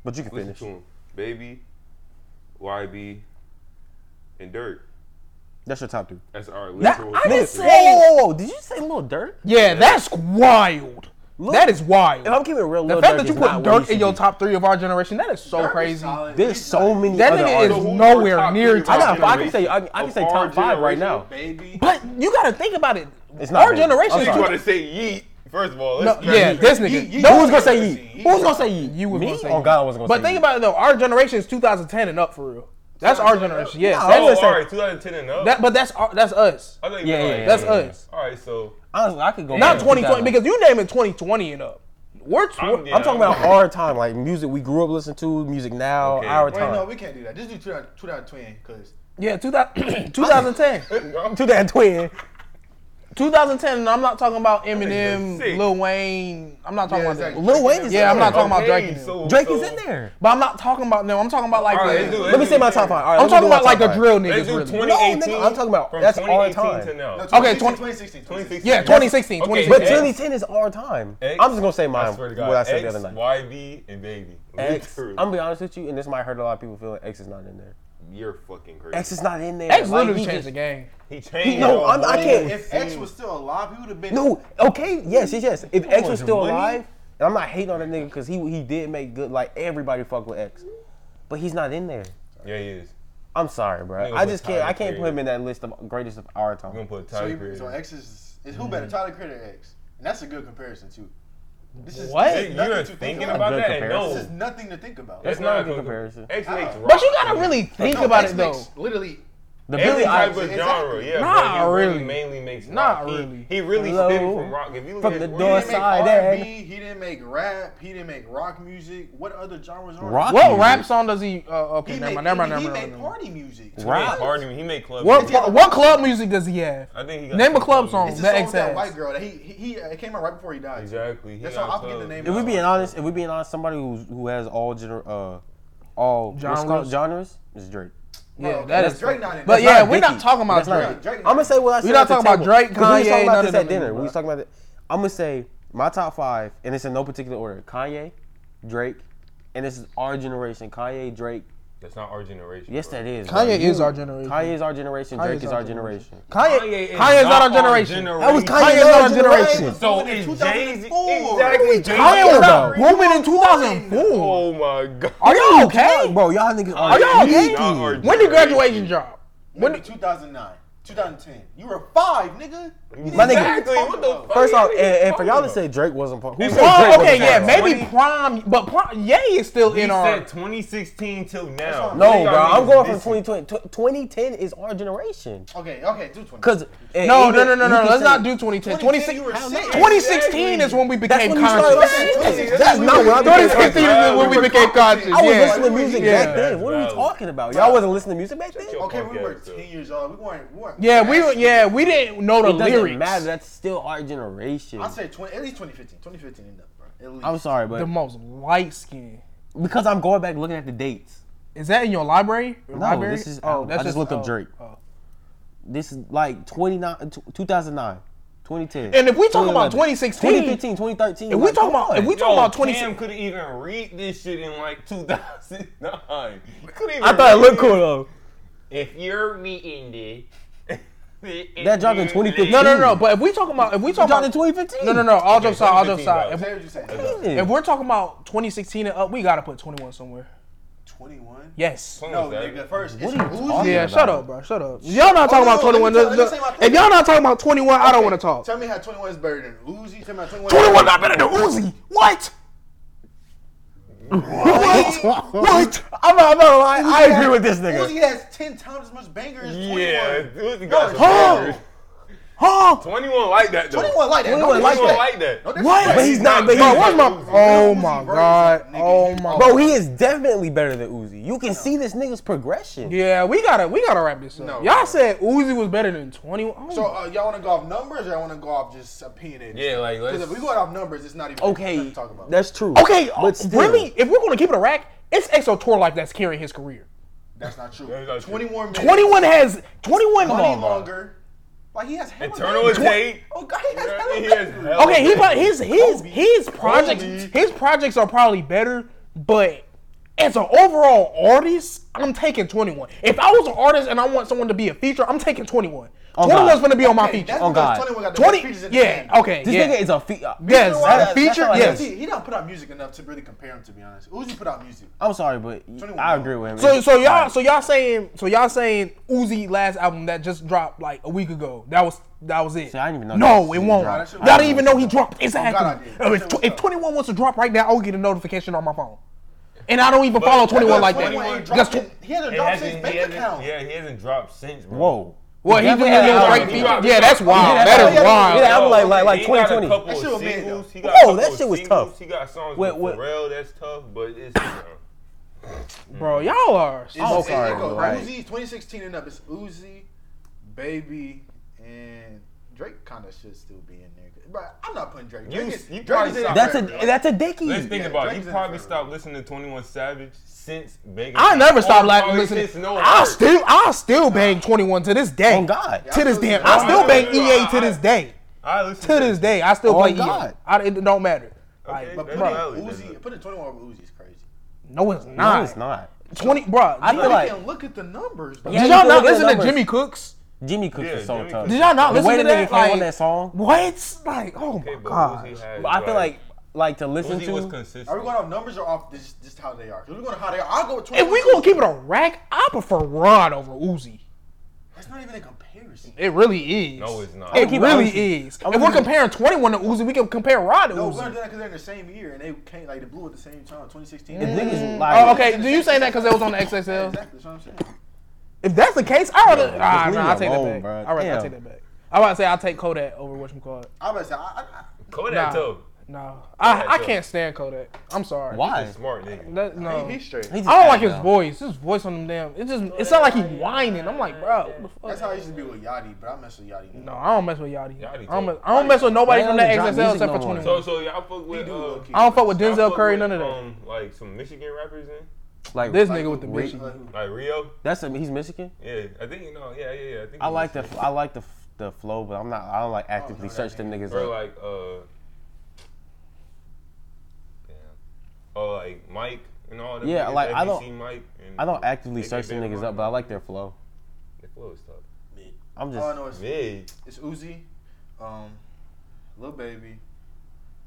D: But you can
C: Listen
D: finish.
C: to him. Baby, YB, and Dirk.
D: That's your top three.
C: That's our
D: That,
C: literal.
D: I didn't say.
C: list.
D: Whoa, whoa, whoa, Did you say Lil Durk?
F: yeah, that's wild. that is wild.
D: If I'm keeping it real,
F: The
D: Lil
F: fact
D: Durk
F: that you
D: is
F: put
D: not where he
F: Dirk in
D: should
F: your
D: be.
F: top three of our generation, that is so
B: Dirk is
F: crazy.
B: solid.
D: There's
B: He's
D: so
B: like-
D: many
F: That
D: other
F: nigga
D: artists.
F: is-
C: who's
F: nowhere
C: your top
F: near
C: three of
F: I
D: got-
C: our
D: I can say- I- I
C: generation?
D: can
C: Of
D: say
C: our
D: top five right
C: generation,
D: now.
C: Baby.
F: But you gotta think about it.
D: It's not
F: Our
D: baby. I'm
F: generation
C: You
F: is
D: sorry.
F: too
C: want to say yeet? First of all,
F: No,
C: let's
F: yeah,
C: Yeet.
F: this nigga.
C: Yeet, yeet.
D: Who's gonna say ye?
B: He-
D: Who's gonna say ye?
F: You was
D: Me?
F: gonna say
D: Oh
F: ye.
D: God, I was gonna
F: But
D: say.
F: think about it though, our generation is 2010 and up for real. That's our generation. Yes,
D: No,
F: that's,
C: Oh,
D: gonna say-
C: all right, 2010 and up.
F: that- but that's our, that's us.
C: I thought you
D: Yeah,
C: meant
D: yeah,
C: like-
D: yeah,
F: That's
D: yeah, yeah.
F: us.
C: All right, so
D: Honestly, I could go.
F: Not
D: back to
F: 2020
D: 2000.
F: because you naming 2020 and up. We're tw-
C: I'm, yeah,
D: I'm talking about our time, like music we grew up listening to, music now,
C: Okay.
D: our
C: Wait,
B: Wait, no,
D: time.
B: we can't do that. Just do 2000 2020 because
F: yeah (clears throat) 2000, 2010
D: To that twin.
F: 2010. And I'm not talking about Eminem,
C: sick.
F: Lil Wayne. I'm not talking
B: Yeah,
F: about that.
B: exactly.
D: Lil Wayne is
F: Yeah,
D: in
F: I'm
D: there.
F: not talking about Drake. and them.
C: so,
D: Drake
C: so,
D: is in there.
F: But I'm not talking about them. I'm talking about like
C: All right,
F: the-
C: let's do it.
D: Let me say my top five. All right,
F: I'm
D: let me do
F: talking
D: my
F: about like
D: top
F: the
D: five.
F: drill
C: Let's
F: niggas.
C: do
F: Really.
C: 2018.
D: No, nigga, I'm talking about-
C: from
D: that's our
C: 2018
D: time.
C: To now.
B: no,
F: Okay, 20
B: 2016, 2016.
C: 2016.
F: Yeah, 2016.
C: Okay,
F: 2016.
D: But
C: X.
D: 2010 is our time. i
C: X,
D: I'm just gonna say mine.
C: I swear to God.
D: What I said
C: X,
D: the other night.
C: YB and baby.
D: X. I'm
C: Literally.
D: gonna be honest with you, and this might hurt a lot of people feeling X is not in there.
C: You're fucking crazy.
D: X is not in there.
F: X
D: Like,
F: literally
D: he
F: changed
D: just-
F: the game.
C: he changed.
D: No,
C: the
D: I'm- I
C: whole
D: can't-
B: If X was still alive, he would have been.
D: No, okay, yes, yes, yes. If X was still
C: money.
D: alive, and I'm not hating on that nigga because he he did make good. Like everybody fuck with X, but he's not in there.
C: Yeah, he is.
D: I'm sorry, bro.
C: Nigga
D: I just
C: put
D: can't.
C: Tyler
D: I can't put
C: Perry.
D: him in that list of greatest of our
C: I'm gonna
D: time.
C: put a
B: So,
C: time
B: he-
C: period.
B: so X is, is who
F: Mm.
B: better, Tyler Crit or X? And that's a good comparison too. This is
F: What?
B: this
C: Hey,
B: is
C: you
B: nothing
C: are
B: to
C: thinking
B: think
C: about
D: Good
C: that? And no,
D: comparison.
B: This is nothing to think about.
C: that's
D: not a
C: not a
D: good
C: good
D: comparison.
C: X makes rock.
F: But you gotta really think
B: No,
F: about
B: X
F: it though.
B: makes Literally,
D: The
C: Every
D: Billy
C: type
D: Eilish,
C: of
B: Exactly.
C: genre, yeah.
F: Nah,
C: but he
F: really.
C: Mainly makes rock.
F: Nah,
C: He-
F: really.
C: He really
D: Hello.
C: spit from rock. If you look
D: From
C: at
D: the
C: where
D: door
C: he
B: he didn't
C: made-
B: make
D: Side
B: R&B.
D: egg.
B: He didn't make rap. He didn't make rock music. What other genres are there?
D: Rock?
F: What
D: Music.
F: rap song does he? Uh,
B: He
F: okay, never
B: made,
F: mind, never
B: he,
F: mind, never
B: he
F: mind.
B: made
F: never mind.
B: party music.
C: He made party. He made club.
F: What
C: music.
F: cl- what club music does he have?
C: I think he got
F: Name a
C: some
F: club song
B: It's the
C: music.
F: that
B: song
F: X
B: with that
F: has.
B: white girl that he he, he uh, it came out right before he died.
C: Exactly. He
B: That's
C: got
B: how I forget the
C: club.
B: name.
D: If
B: of
D: we
B: the
D: being
B: song.
D: honest, if we being honest, somebody who's, who has all gener, uh, all what's
F: Genres?
D: called genres is Drake. Oh,
F: Yeah,
B: Bro,
F: that
B: that's
F: is.
B: Drake not in
F: But
B: that.
F: yeah,
D: not
F: we're not
D: Nicki.
F: talking about
D: That's not
F: Drake.
D: Drake.
B: Drake
D: I'm gonna say what I said.
F: not
D: at the
F: talking about
D: table,
F: Drake,
D: 'cause we was
F: Kanye,
D: talking about
F: none
D: this
F: of
D: at
F: them
D: dinner. We
F: niggas,
D: was talking about it. I'm gonna say my top five, and it's in no particular order: Kanye, Drake, and this is our generation. Kanye, Drake.
C: That's not our generation.
D: Yes,
C: bro.
D: that is.
F: Kanye
D: bro.
F: is our generation.
D: Kanye is our generation. Drake is our generation.
F: Kanye,
C: Kanye is
F: Kanye is
C: not
F: not
C: our
F: our generation.
C: generation.
F: Kanye is not our generation.
C: So
B: Born in
C: is Jay Z.
B: 2004.
C: Exactly.
F: Kanye
C: Jay-Z-
F: was not booming in 2004.
C: Oh my god.
F: Are y'all okay?
D: Bro, y'all niggas are.
F: Are y'all okay?
C: Y'all are
F: When did
C: generation.
F: graduation drop?
B: Maybe 2009. 2010. You were five, nigga. You
D: My nigga,
C: Exactly. What the fuck?
D: First off,
C: What
D: and,
C: are you
D: and for y'all to
C: talking
D: say Drake wasn't part, who said Drake
F: Oh, okay,
D: wasn't part
F: yeah,
D: of it?
F: maybe prime, but prime, Ye is still
C: He
F: in our.
C: said 2016 till now.
D: No, bro,
C: Y'all
D: I'm
C: niggas
D: going from
C: missing.
D: 2020. Tw- 2010 is our generation.
B: Okay, okay, do 20.
D: Cause and
F: No,
D: even-
F: no, no, no,
D: you
F: no.
D: can
F: Let's
D: say-
F: not do 2010.
B: 2010, you were
F: 2016
B: six.
F: 2016 is when we
D: That's
F: became
D: when you started
F: conscious.
D: listening to music.
C: That's
D: That's
C: when
D: not
C: you-
D: what I became
F: 2016
D: conscious.
F: is when we became conscious.
D: I was
F: yeah.
D: listening to music
F: yeah.
D: back then. What are we
C: Valid.
D: talking about? Y'all wasn't listening to music back then.
C: Yo,
B: Okay, we
C: fuck
B: were
C: yeah,
B: 10 years old. We weren't. We weren't
F: Yeah, we were,
B: Actually,
F: yeah, we didn't know the
D: It doesn't
F: lyrics.
D: matter. That's still our generation.
B: I say 20, at least 2015. 2015 and up, bro. At least.
D: I'm sorry,
F: The
D: but
F: most light skin.
D: because I'm going back looking at the dates.
F: Is that in your library? Your
D: No,
F: library?
D: this is. Oh, I just looked
F: oh,
D: up Drake.
F: oh.
D: This is like 29, t- 2009, 2010.
F: And if we talking about 2016,
D: 2015, 2013.
F: If we
D: like,
F: talking
D: come
F: about- if
D: on.
F: we talking
C: Yo,
F: about 20
C: Cam could have even read this shit in like (laughs) 2009. Could've even
D: I thought it
C: read
D: looked cool though.
C: If you're (laughs) meeting it.
D: That dropped in 2015.
F: No, no, no. But if we talking about, if we talking
D: Dropped
F: about
D: in 2015.
F: No, no, no. All
C: Okay,
F: jokes aside. All jokes
C: 2015,
F: aside.
C: bro.
F: If,
B: Say what you say.
F: if we're talking about 2016 and up, we gotta put 21 somewhere.
B: 21?
F: Yes.
B: No, Oh, nigga, first. It's
D: What are you
B: who's
D: talking
F: Yeah.
D: about?
F: Shut up, bro. Shut up. Y'all
D: Oh,
F: not talking
B: no, no,
F: about
B: let me
F: 21.
B: tell- let me
F: Look,
B: say my
F: If
B: thing.
F: y'all not talking about 21, I don't want to talk.
B: Tell me how 21 is better than Uzi. Tell me how 21
F: 21 not better than Uzi. What? What? what?
D: I'm not, I'm not lying. I agree with this nigga.
B: Uzi has 10 times as much banger as 21.
C: Yeah, Uzi
B: Y'all
C: got
B: are
C: some
B: horrible.
C: bangers.
F: Huh?
C: 21 like that though.
B: 21 like that.
D: 21
B: 21
D: like
B: like
D: that.
C: like that.
F: What?
D: But he's not. But
F: Bro,
D: he's,
F: where's my? Oh my god. Oh my.
D: bro, he is definitely better than Uzi. You can see this nigga's progression.
F: Yeah, we gotta we gotta wrap this up.
B: No.
F: Y'all said Uzi was better than 21. Oh,
B: So uh, y'all want to go off numbers or y'all want to go off just opinionated?
C: Yeah, like
B: Because
C: let's.
B: if we go off numbers, it's not even nothing
D: Okay,
B: to talk about.
D: that's true.
F: okay, uh,
D: but still,
F: really, if we're gonna keep it a rack, it's EXO tour life that's carrying his career.
B: That's not true.
C: That's not true.
B: 21 minutes.
F: 21 has 21.
B: money
F: long.
B: longer. Like he has hella
C: Eternal
B: bangers.
C: is eight.
B: Oh god, he has hella
C: He
B: bangers.
C: has hella
F: Okay, he
C: bangers.
F: probably, his his his projects
B: Kobe.
F: his projects are probably better, but as an overall artist, I'm taking 21. If I was an artist and I want someone to be a feature, I'm taking 21.
D: Oh,
F: 21's
D: God.
F: gonna be on my
B: Hey,
F: feature.
B: that's
D: Oh,
B: because
D: God.
B: 21 got the best
F: 20,
B: features in the game.
F: yeah, okay,
D: This
F: yeah.
D: nigga is a fe- uh,
B: why
F: yes, as a
B: that's-
D: that's
F: feature,
D: how it
F: yes.
D: is.
B: He, he don't put out music enough to really compare him. To be honest, Uzi put out music.
D: I'm sorry, but I agree with him.
F: So so y'all so y'all saying so y'all saying Uzi last album that just dropped like a week ago. That was that was it.
D: See, I didn't even know
F: No,
D: that.
F: it won't.
B: Nah, that shit- Oh,
F: y'all didn't even know he dropped. Exactly.
B: God, I did.
F: if, tw- if 21 wants to drop right now, I'll get a notification on my phone. And I don't even follow 21
B: Because
F: like
B: 21
F: that.
B: ain't
F: That's
B: dropped
F: tw-
B: in- he hasn't
C: It
B: dropped
C: hasn't-
B: his
C: he
B: bank
C: hasn't-
B: account.
C: Yeah, he hasn't dropped since, bro.
D: whoa.
F: well, he
D: definitely
F: did have
D: had an
F: his right
D: album.
F: feature.
D: He
C: dropped- he
F: Yeah, that's
C: dropped-
F: wild.
D: he had
F: That
D: an
F: is
D: album.
F: wild.
D: He had an album like- like- like
C: He got a
D: 2020.
C: couple
B: That shit
C: of
B: was mid,
C: singles.
B: though.
C: He got a
D: Whoa,
C: couple
D: that
C: of
D: shit was
C: singles.
D: tough.
C: He got songs
D: Wait,
C: with
D: what-
C: Pharrell. That's tough, but it's.
F: Bro, y'all are.
D: I'm
B: It's- it-
D: sorry,
B: it goes
D: bro. Right.
B: Uzi 2016 and up. It's Uzi, Baby, and Drake. Kind of should still be in there. But I'm not putting Drake.
C: You-
B: Drake is,
C: you
B: Drake
C: probably
B: is in
C: suck.
B: there.
D: That's a that's a dicky.
C: Let's think about it.
B: Drake's
C: You
B: in the
C: probably
B: front.
C: stopped listening to 21 Savage since Big.
F: I never
C: Or
F: stopped like
C: probably
F: listening.
C: since No
F: I
C: Hurt.
F: still I still bang 21 to this day.
D: On Oh, God.
F: To this damn,
B: I
F: I still
C: still-
F: bang
C: I-
F: EA to this day.
C: I listen
F: To this day, I still
D: Oh,
F: play
D: God.
F: EA. I, it don't matter.
C: Okay,
F: Like,
B: But
C: that's
B: putting
C: valid,
B: Uzi,
C: that's-
B: putting 21 over Uzi is crazy.
F: no, it's not.
D: No, it's not.
F: 20, bro.
D: I feel
B: But
D: like
B: can look at the numbers. Bro.
D: Yeah,
F: did
D: you
F: y'all
D: can
F: not
D: look at
F: listen
D: the
F: to
D: numbers.
F: Jimmy Cooks?
D: Jimmy Cooks
C: Yeah,
D: is so
C: Jimmy
D: tough.
C: Cooks.
F: Did y'all not
D: The
F: listen
D: way
F: to
D: the nigga
F: that?
D: came on
F: Like,
D: that song,
F: what? Like, oh
C: Okay,
F: my
C: but
F: god.
C: Uzi had,
D: but I feel like like to listen
C: Uzi was
D: to.
C: consistent.
B: Are we going off numbers or off this just how they are? 'Cause we're going how they are. I'll go with 21.
F: If we gonna keep it a rack, I prefer Ron over Uzi.
B: That's not even a comparison.
F: It really is.
C: No, it's not.
F: It
D: keep it
F: really
D: Uzi.
F: is.
D: I'm
F: if
D: gonna
F: we're
D: keep it-
F: comparing 21 to Uzi, we can compare Ron to
B: No, we're
F: Uzi.
B: gonna do that because they're in the same year and they came like they blew at the same time, 2016.
D: If niggas
F: Oh,
D: like
F: okay. Do you saying that because it was on the XXL?
B: Exactly, that's what I'm saying.
F: If that's the case, I rather. ah,
D: leave
F: nah,
D: me
F: I'll take
D: alone,
F: that
D: bro.
F: back. I rather I
D: Damn.
F: take that back. I about to say I'll take Kodak over what you call it.
B: I was gonna say, I, I,
C: Kodak
F: Nah.
C: though.
F: No, I,
C: Kodak,
F: I
C: though.
F: can't stand Kodak. I'm sorry.
D: why?
C: Smart nigga.
F: That-
B: I
F: no.
B: he- he's straight.
D: Oh. He just
F: I don't like
D: bad
F: his
D: now.
F: voice. His voice on them damn. It just it sound like he whining. I'm like, bro, what the fuck?
B: That's how I used to be with Yachty, but I mess with Yachty.
F: No, I don't mess with Yachty.
C: Yachty
F: I don't, mess,
C: too.
F: I don't mess with nobody
D: Why
F: from
D: don't
F: that
D: they drop
F: XXL
D: music
F: except for
D: no more?
F: 21.
C: So so y'all fuck with.
B: do
C: uh,
B: low key.
F: Oh, I don't fuck with
C: y'all
F: Denzel
C: fuck
F: Curry,
C: with,
F: none of that.
C: Um, like some Michigan rappers in,
D: Like
F: this nigga with the bitch.
C: like Rio.
D: That's a, he's Michigan.
C: Yeah, I think you know. Yeah, yeah, yeah. I think.
D: I
C: he's
D: like the
C: Michigan.
D: I like the f- the flow, but I'm not. I don't like actively search them niggas.
C: Or
D: up.
C: like uh, yeah, or Oh, like Mike and all that.
D: Yeah,
C: niggas,
D: like,
C: FBC
D: I don't-
C: Mike. And
D: I don't actively
C: They
D: search
C: get
D: them
C: big
D: niggas
C: money.
D: up, but I like their flow.
C: Their flow is tough.
D: I'm
B: All Oh, I
D: just
B: know is
C: Mid.
B: it's Uzi, um, Lil Baby.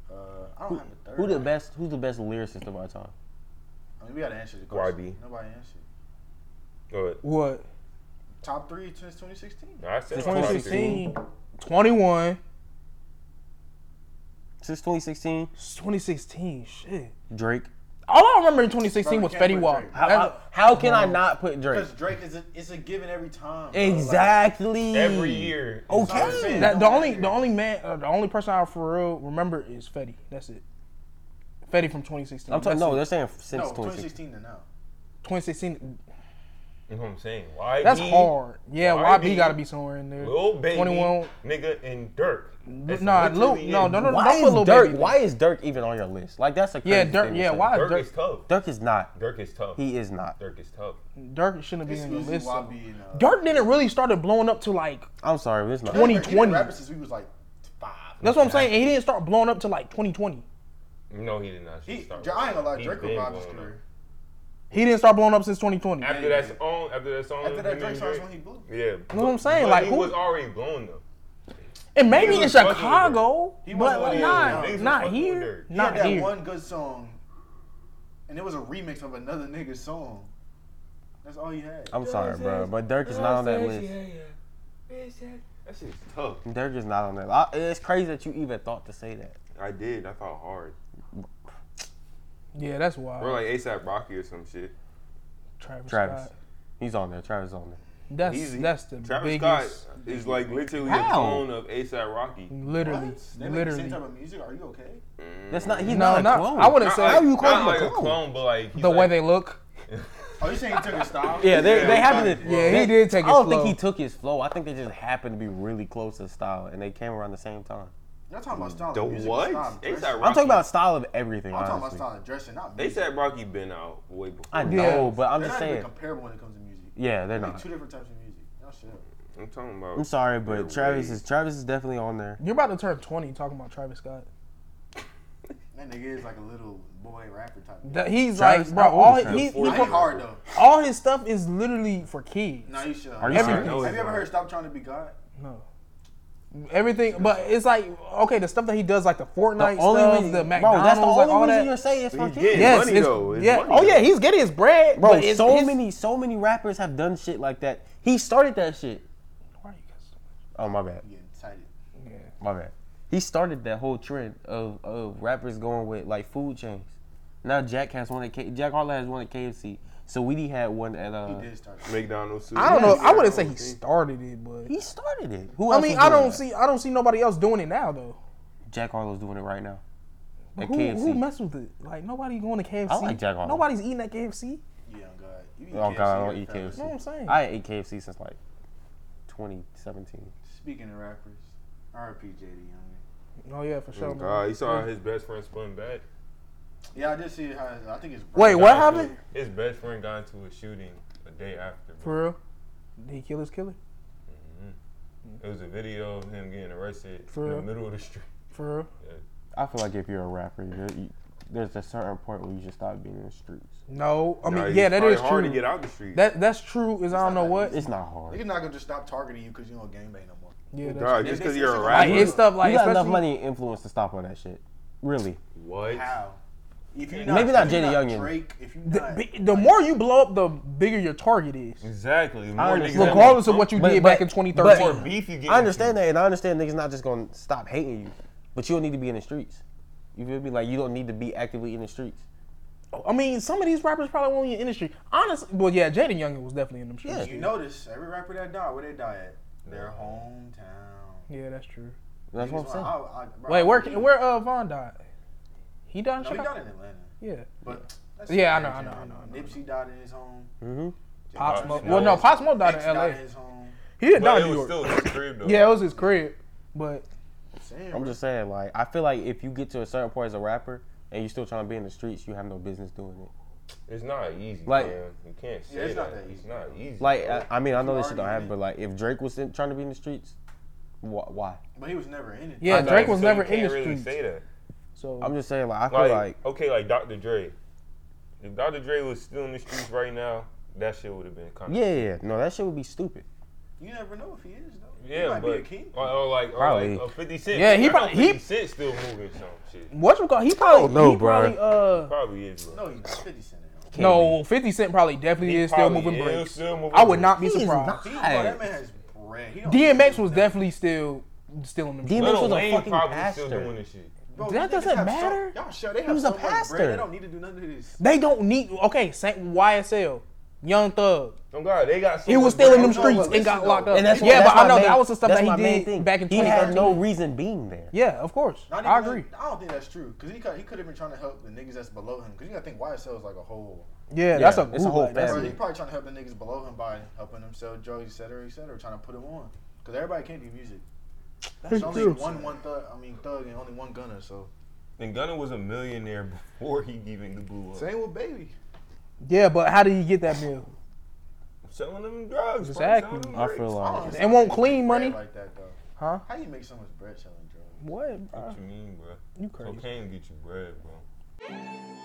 B: Uh, I don't have the third.
D: who the
B: one.
D: best who's the best lyricist of our time?
B: I mean, we gotta answer the question.
C: YB.
B: Nobody answered.
C: Go ahead.
F: What?
B: Top three since 2016.
C: I said
D: Since 2016.
F: 21.
D: Since 2016,
F: It's 2016. Shit.
D: Drake.
F: All I remember in 2016
B: Bro,
F: was
B: you can't
F: Fetty
B: put
F: Wap.
B: Drake.
D: How, how, how can I not put Drake?
B: Because Drake is a, it's a given every time. bro.
D: Exactly.
C: Every year.
F: Oh.
D: Okay.
F: That- the only the only man uh, the only person I for real remember is Fetty. That's it. Fetty from 2016.
D: I'm talking.
F: That's
D: No,
F: it.
D: they're saying
B: Like,
D: since
B: no,
D: 2016.
B: 2016 to now.
F: 2016.
C: You know what I'm saying? Why?
F: That's
C: me,
F: hard. Yeah,
C: YB.
F: YB got to be somewhere in there.
C: Lil Baby,
F: 21.
C: nigga, and Dirk. That's
F: Nah, Lil,
C: literally
F: no,
C: it.
F: no, no, no,
D: Why
F: don't put Lil
D: is Dirk?
F: Baby.
D: Why is Dirk even on your list? Like that's a crazy
F: Yeah,
D: thing
F: Dirk.
D: to
F: Yeah,
D: say.
F: why is
C: Dirk,
F: Dirk?
C: is tough.
D: Dirk is not.
C: Dirk is tough.
D: He is not.
C: Dirk is tough.
F: Dirk shouldn't be
B: It's
F: in your
B: usually
F: list.
B: why being. Uh,
F: Dirk didn't really start blowing up to like.
D: I'm sorry, but it's not.
F: 20
B: He's been
F: 20.
B: rapping since we was like five.
F: That's what I'm saying. And he didn't start blowing up to like 2020.
C: No, he did not. He
B: He,
C: started-
B: I ain't gonna lie,
C: he
B: Drake
C: been
B: revived his
C: blowing up.
B: career.
F: He didn't start blowing up since 2020.
C: After that song, after that song,
B: After that
C: him
B: Drake
C: and
B: song is when he blew.
C: yeah. You
F: know what I'm saying? Like,
C: he
F: who-
C: was already blown though.
F: And maybe
C: He
F: in
C: was fucking with
F: Chicago,
B: He wasn't
F: but
B: with him.
F: like, not,
B: Niggas was
F: not
C: fucking with
F: here.
C: Dirk.
B: He had
F: Not
B: that
F: here.
B: one good song, and it was a remix of another nigga's song. That's all he had.
D: I'm sorry, bro, but Dirk is not on that list.
C: That shit's tough.
D: Dirk is not on that. I, it's crazy that you even thought to say that.
C: I did. I thought hard.
F: Yeah, that's wild.
C: Or like ASAP Rocky or some shit.
F: Travis,
D: Travis,
F: Scott.
D: he's on there. Travis is on there.
F: That's
C: Easy.
F: that's the
C: Travis
F: biggest.
C: Scott is like literally a
D: How?
C: clone of ASAP Rocky.
F: Literally,
B: What? They make the
F: literally.
B: same type of music. Are you okay?
D: That's not. He's
F: No,
D: not a
F: not-
D: clone.
F: I wouldn't
C: Not
F: say-
C: like-
F: How
D: you call
C: not
D: him a
C: like
D: clone?
C: but like he's
F: The way
C: like-
F: they look.
B: Are you Oh, saying he took his style?
D: (laughs) Yeah, they,
C: Yeah,
D: they
C: he
D: happened
C: took
D: to.
C: his
F: Yeah, he
D: they-
F: did take
D: I
F: his
D: don't think
F: flow.
D: he took his flow. I think they just happened to be really close to style, and they came around the same time.
B: Y'all talking about style.
C: The
B: of music,
C: what?
B: Style of
C: ASAP
B: dressing.
C: Rocky.
D: I'm talking about style of everything.
B: I'm talking about
D: honestly.
B: style of dressing, not music.
C: ASAP Rocky been out way before.
D: I
F: Yeah.
D: know, but I'm
B: They're
D: just
B: not even
D: saying.
B: comparable when it comes to music.
D: Yeah, they're
B: They're
D: not.
B: two different types of music. Y'all shut up.
C: I'm talking about.
D: I'm sorry,
C: They're
D: but Travis
C: way-
D: is Travis is definitely on there.
F: You're about to turn 20 talking about Travis Scott.
B: That nigga is like a little boy rapper type. nigga.
F: That he's
D: Travis-
F: like, bro,
D: how old is
F: all his,
D: Travis?
F: he, he,
B: That ain't hard though.
F: all his stuff is literally for kids.
B: Nah, you shut up.
D: Are you
B: Have
F: Everything.
B: you
C: serious?
B: ever heard "Stop Trying to Be God"?
F: No. Everything, but it's like okay, the stuff that he does, like the Fortnite stuff, the
D: bro,
F: McDonald's,
D: that's the
F: like
D: only
F: all
D: reason
F: that.
D: you're saying it's
C: But
D: for
C: he
D: kids.
C: did.
F: yes,
C: money,
F: it's-
C: though. It's
F: yeah.
C: money,
F: oh yeah,
C: though.
F: he's getting his bread,
D: Bro,
F: but it's,
D: so
F: it's-
D: many, so many rappers have done shit like that. He started that shit.
F: Why are you guys-
D: Oh my bad,
B: I'm Getting excited.
D: my bad. He started that whole trend of, of rappers going with like food chains. Now Jack has one at K- Jack Harlow has one at KFC. So Weedy had one at
B: He
D: uh.
B: did start.
C: McDonald's.
F: I don't know.
C: Yeah,
F: I wouldn't say he
C: okay.
F: started it, but
D: He started it. Who
F: I
D: else
F: mean,
D: was
F: I
D: doing
F: don't
D: that?
F: see, I don't see nobody else doing it now though.
D: Jack Harlow's doing it right now. At
F: Who,
D: KFC.
F: who messed with it? Like nobody going to KFC.
D: I like Jack Harlow.
F: Nobody's eating at KFC.
B: Yeah, God. You eat
D: oh
B: KFC,
D: God, I don't
B: you're
D: eat
B: a fat
D: KFC.
F: You know what I'm saying?
D: I ain't ate KFC since like 2017.
B: bitch. Speaking of rappers, R.P. J.D. Young.
F: oh yeah, for sure.
C: Oh,
F: man.
C: God, he saw his best friend spun back.
B: Yeah, I did see how his- I think it's.
F: Wait, what
C: Got into-
F: happened?
C: His best friend got into a shooting a day after. bro.
F: For real, did he kill his killer?
C: It was a video of him getting arrested
F: For
C: in the
F: real?
C: middle of the street.
F: For real?
D: I feel like if you're a rapper, you're, you, there's a certain point where you should stop being in the streets.
F: No, I mean,
C: Nah,
F: yeah,
C: it's
F: that
C: probably
F: is
C: hard
F: true.
C: to get out the street.
F: That that's true. Is I don't know what.
D: It's not hard.
B: They're not gonna just stop targeting you because you don't gangbang no more.
F: Yeah, that's
C: God,
F: true.
B: They-
C: just because
B: they
C: you're
B: said
C: a
F: like
C: rapper.
F: it's stuff like
D: you got enough
F: especially-
D: money and influence to stop all that shit. Really.
C: what?
B: How? If you
D: Maybe not
B: if you
D: J.D. Youngin.
B: Drake, if you
F: The,
B: not,
F: bi- the more you blow up, the bigger your target is.
C: Exactly. More
D: understand.
C: niggas-
F: Regardless of what you
D: But-
F: did
D: but-
F: back in
D: but-
F: 2013.
C: more beef you get.
D: I understand that, and I understand niggas not just gonna stop hating you, but you don't need to be in the streets. You feel me? Like you don't need to be actively in the streets.
F: I mean, some of these rappers probably won't be in the industry. Honestly, well, yeah, Jaden Youngin was definitely in them streets.
D: Yeah.
B: you notice every rapper that died, where they die at? Their hometown.
F: Yeah, that's true.
D: That's what I'm saying.
B: I- I- bro,
F: Wait,
B: I
F: where
B: believe-
F: where uh Von died? He died in
B: No, he
F: Chicago.
B: died in Atlanta,
F: Yeah,
B: but. that's
F: Yeah, I know,
B: Atlanta,
F: I know, I
B: you
F: know, I know.
B: Nipsey died in his home.
D: Mm-hmm.
F: Pop
B: Jackson
F: Smoke. Well, no, Pop Smoke died in
B: X died
F: L.A.
B: in his home.
F: He didn't die
C: But
F: in
C: it
F: New
C: was
F: York.
C: still in the crib though.
F: (laughs) Yeah, it was his crib, but
B: Damn,
D: I'm
B: bro.
D: just saying, like, I feel like if you get to a certain point as a rapper and you're still trying to be in the streets, you have no business doing it.
C: It's not easy,
D: Like-
C: man. You can't say
B: Yeah, it's
C: that.
B: not that
C: It's
B: easy.
C: not easy.
D: Like, I, I mean, I know this shit don't
B: already
D: happen,
B: in it.
D: but like, if Drake was in, trying to be in the streets, wh- why?
B: but he was never in it.
F: yeah,
D: know,
F: Drake was
C: So you
F: never in
C: can't
F: the
C: really
F: streets.
C: Say that.
F: so
D: I'm just saying, like, I
C: Like,
D: feel like,
C: okay, like Dr. Dre. If Dr. Dre was still in the streets right now, that shit would have been kind
D: yeah, yeah, yeah, no, that shit would be stupid.
B: You never know if he is though.
C: Yeah,
B: he might
C: but
B: be a king.
C: Or, or like, or
D: Probably.
C: like a Fifty Cent.
F: Yeah, he
C: I know
F: probably- he-
C: 50 Cent still moving some shit.
F: what you call? He probably
D: know,
F: he
D: bro.
F: probably uh
C: Probably is. Bro.
B: No, he's not. Fifty Cent. ain't on.
D: can't
F: No, Fifty Cent probably definitely
C: He
F: is still
C: probably
F: moving
C: is
F: bricks.
C: still moving
F: I would
C: bricks.
F: not be
D: He is
F: surprised.
D: not.
B: Bro, that man has bread. He don't-
F: DMX was definitely still stealing them.
D: DMX
F: bricks.
D: was
C: Lil
D: a
C: Wayne
D: fucking
C: probably
D: bastard.
C: still doing this shit.
B: Bro,
D: That
B: niggas
D: doesn't
B: have
D: matter.
B: So, y'all sure they
D: He
B: have
D: was
B: so
D: a
B: much
D: pastor.
B: bread. They don't need to do none of this.
F: They don't need okay, same YSL, Young Thug.
C: Oh God, they got. so
F: He was
C: much
F: still in
C: bread.
F: them
B: No,
F: streets
B: but
F: and got
B: listen,
F: locked
B: though.
F: up.
D: And that's
F: yeah,
D: that's
F: but I
D: my
F: know
D: main-
F: that was the stuff
D: that's
F: that he
D: my main
F: did
D: thing.
F: back in
D: He had
F: 2013.
D: no reason being there.
F: yeah, of course.
B: Not
F: I
B: even-
F: agree.
B: I don't think that's true because he could, he could have been trying to help the niggas that's below him. Because you got to think YSL is like a whole.
F: Yeah, that's a
D: it's a
F: group
D: whole
F: like that.
B: Bro,
D: Yeah.
B: he probably trying to help the niggas below him by helping them sell drugs, et cetera, et cetera, trying to put him on. Because everybody can't do music. There's only one one thug, I mean thug, and only one gunner. So
C: And Gunna was a millionaire (laughs) before he even blew up.
B: same with baby.
F: Yeah, but how did he get that bill?
C: Selling them drugs. bro,
F: Exactly.
C: selling them
D: I
C: bricks.
D: feel
B: I don't
D: like
B: understand
F: won't
B: how you make
F: clean
B: bread
F: money?
B: like that though.
F: Huh?
B: How you make so much bread selling drugs?
F: What? bro?
C: What you mean, bro?
F: You crazy?
C: Cocaine get you bread, bro.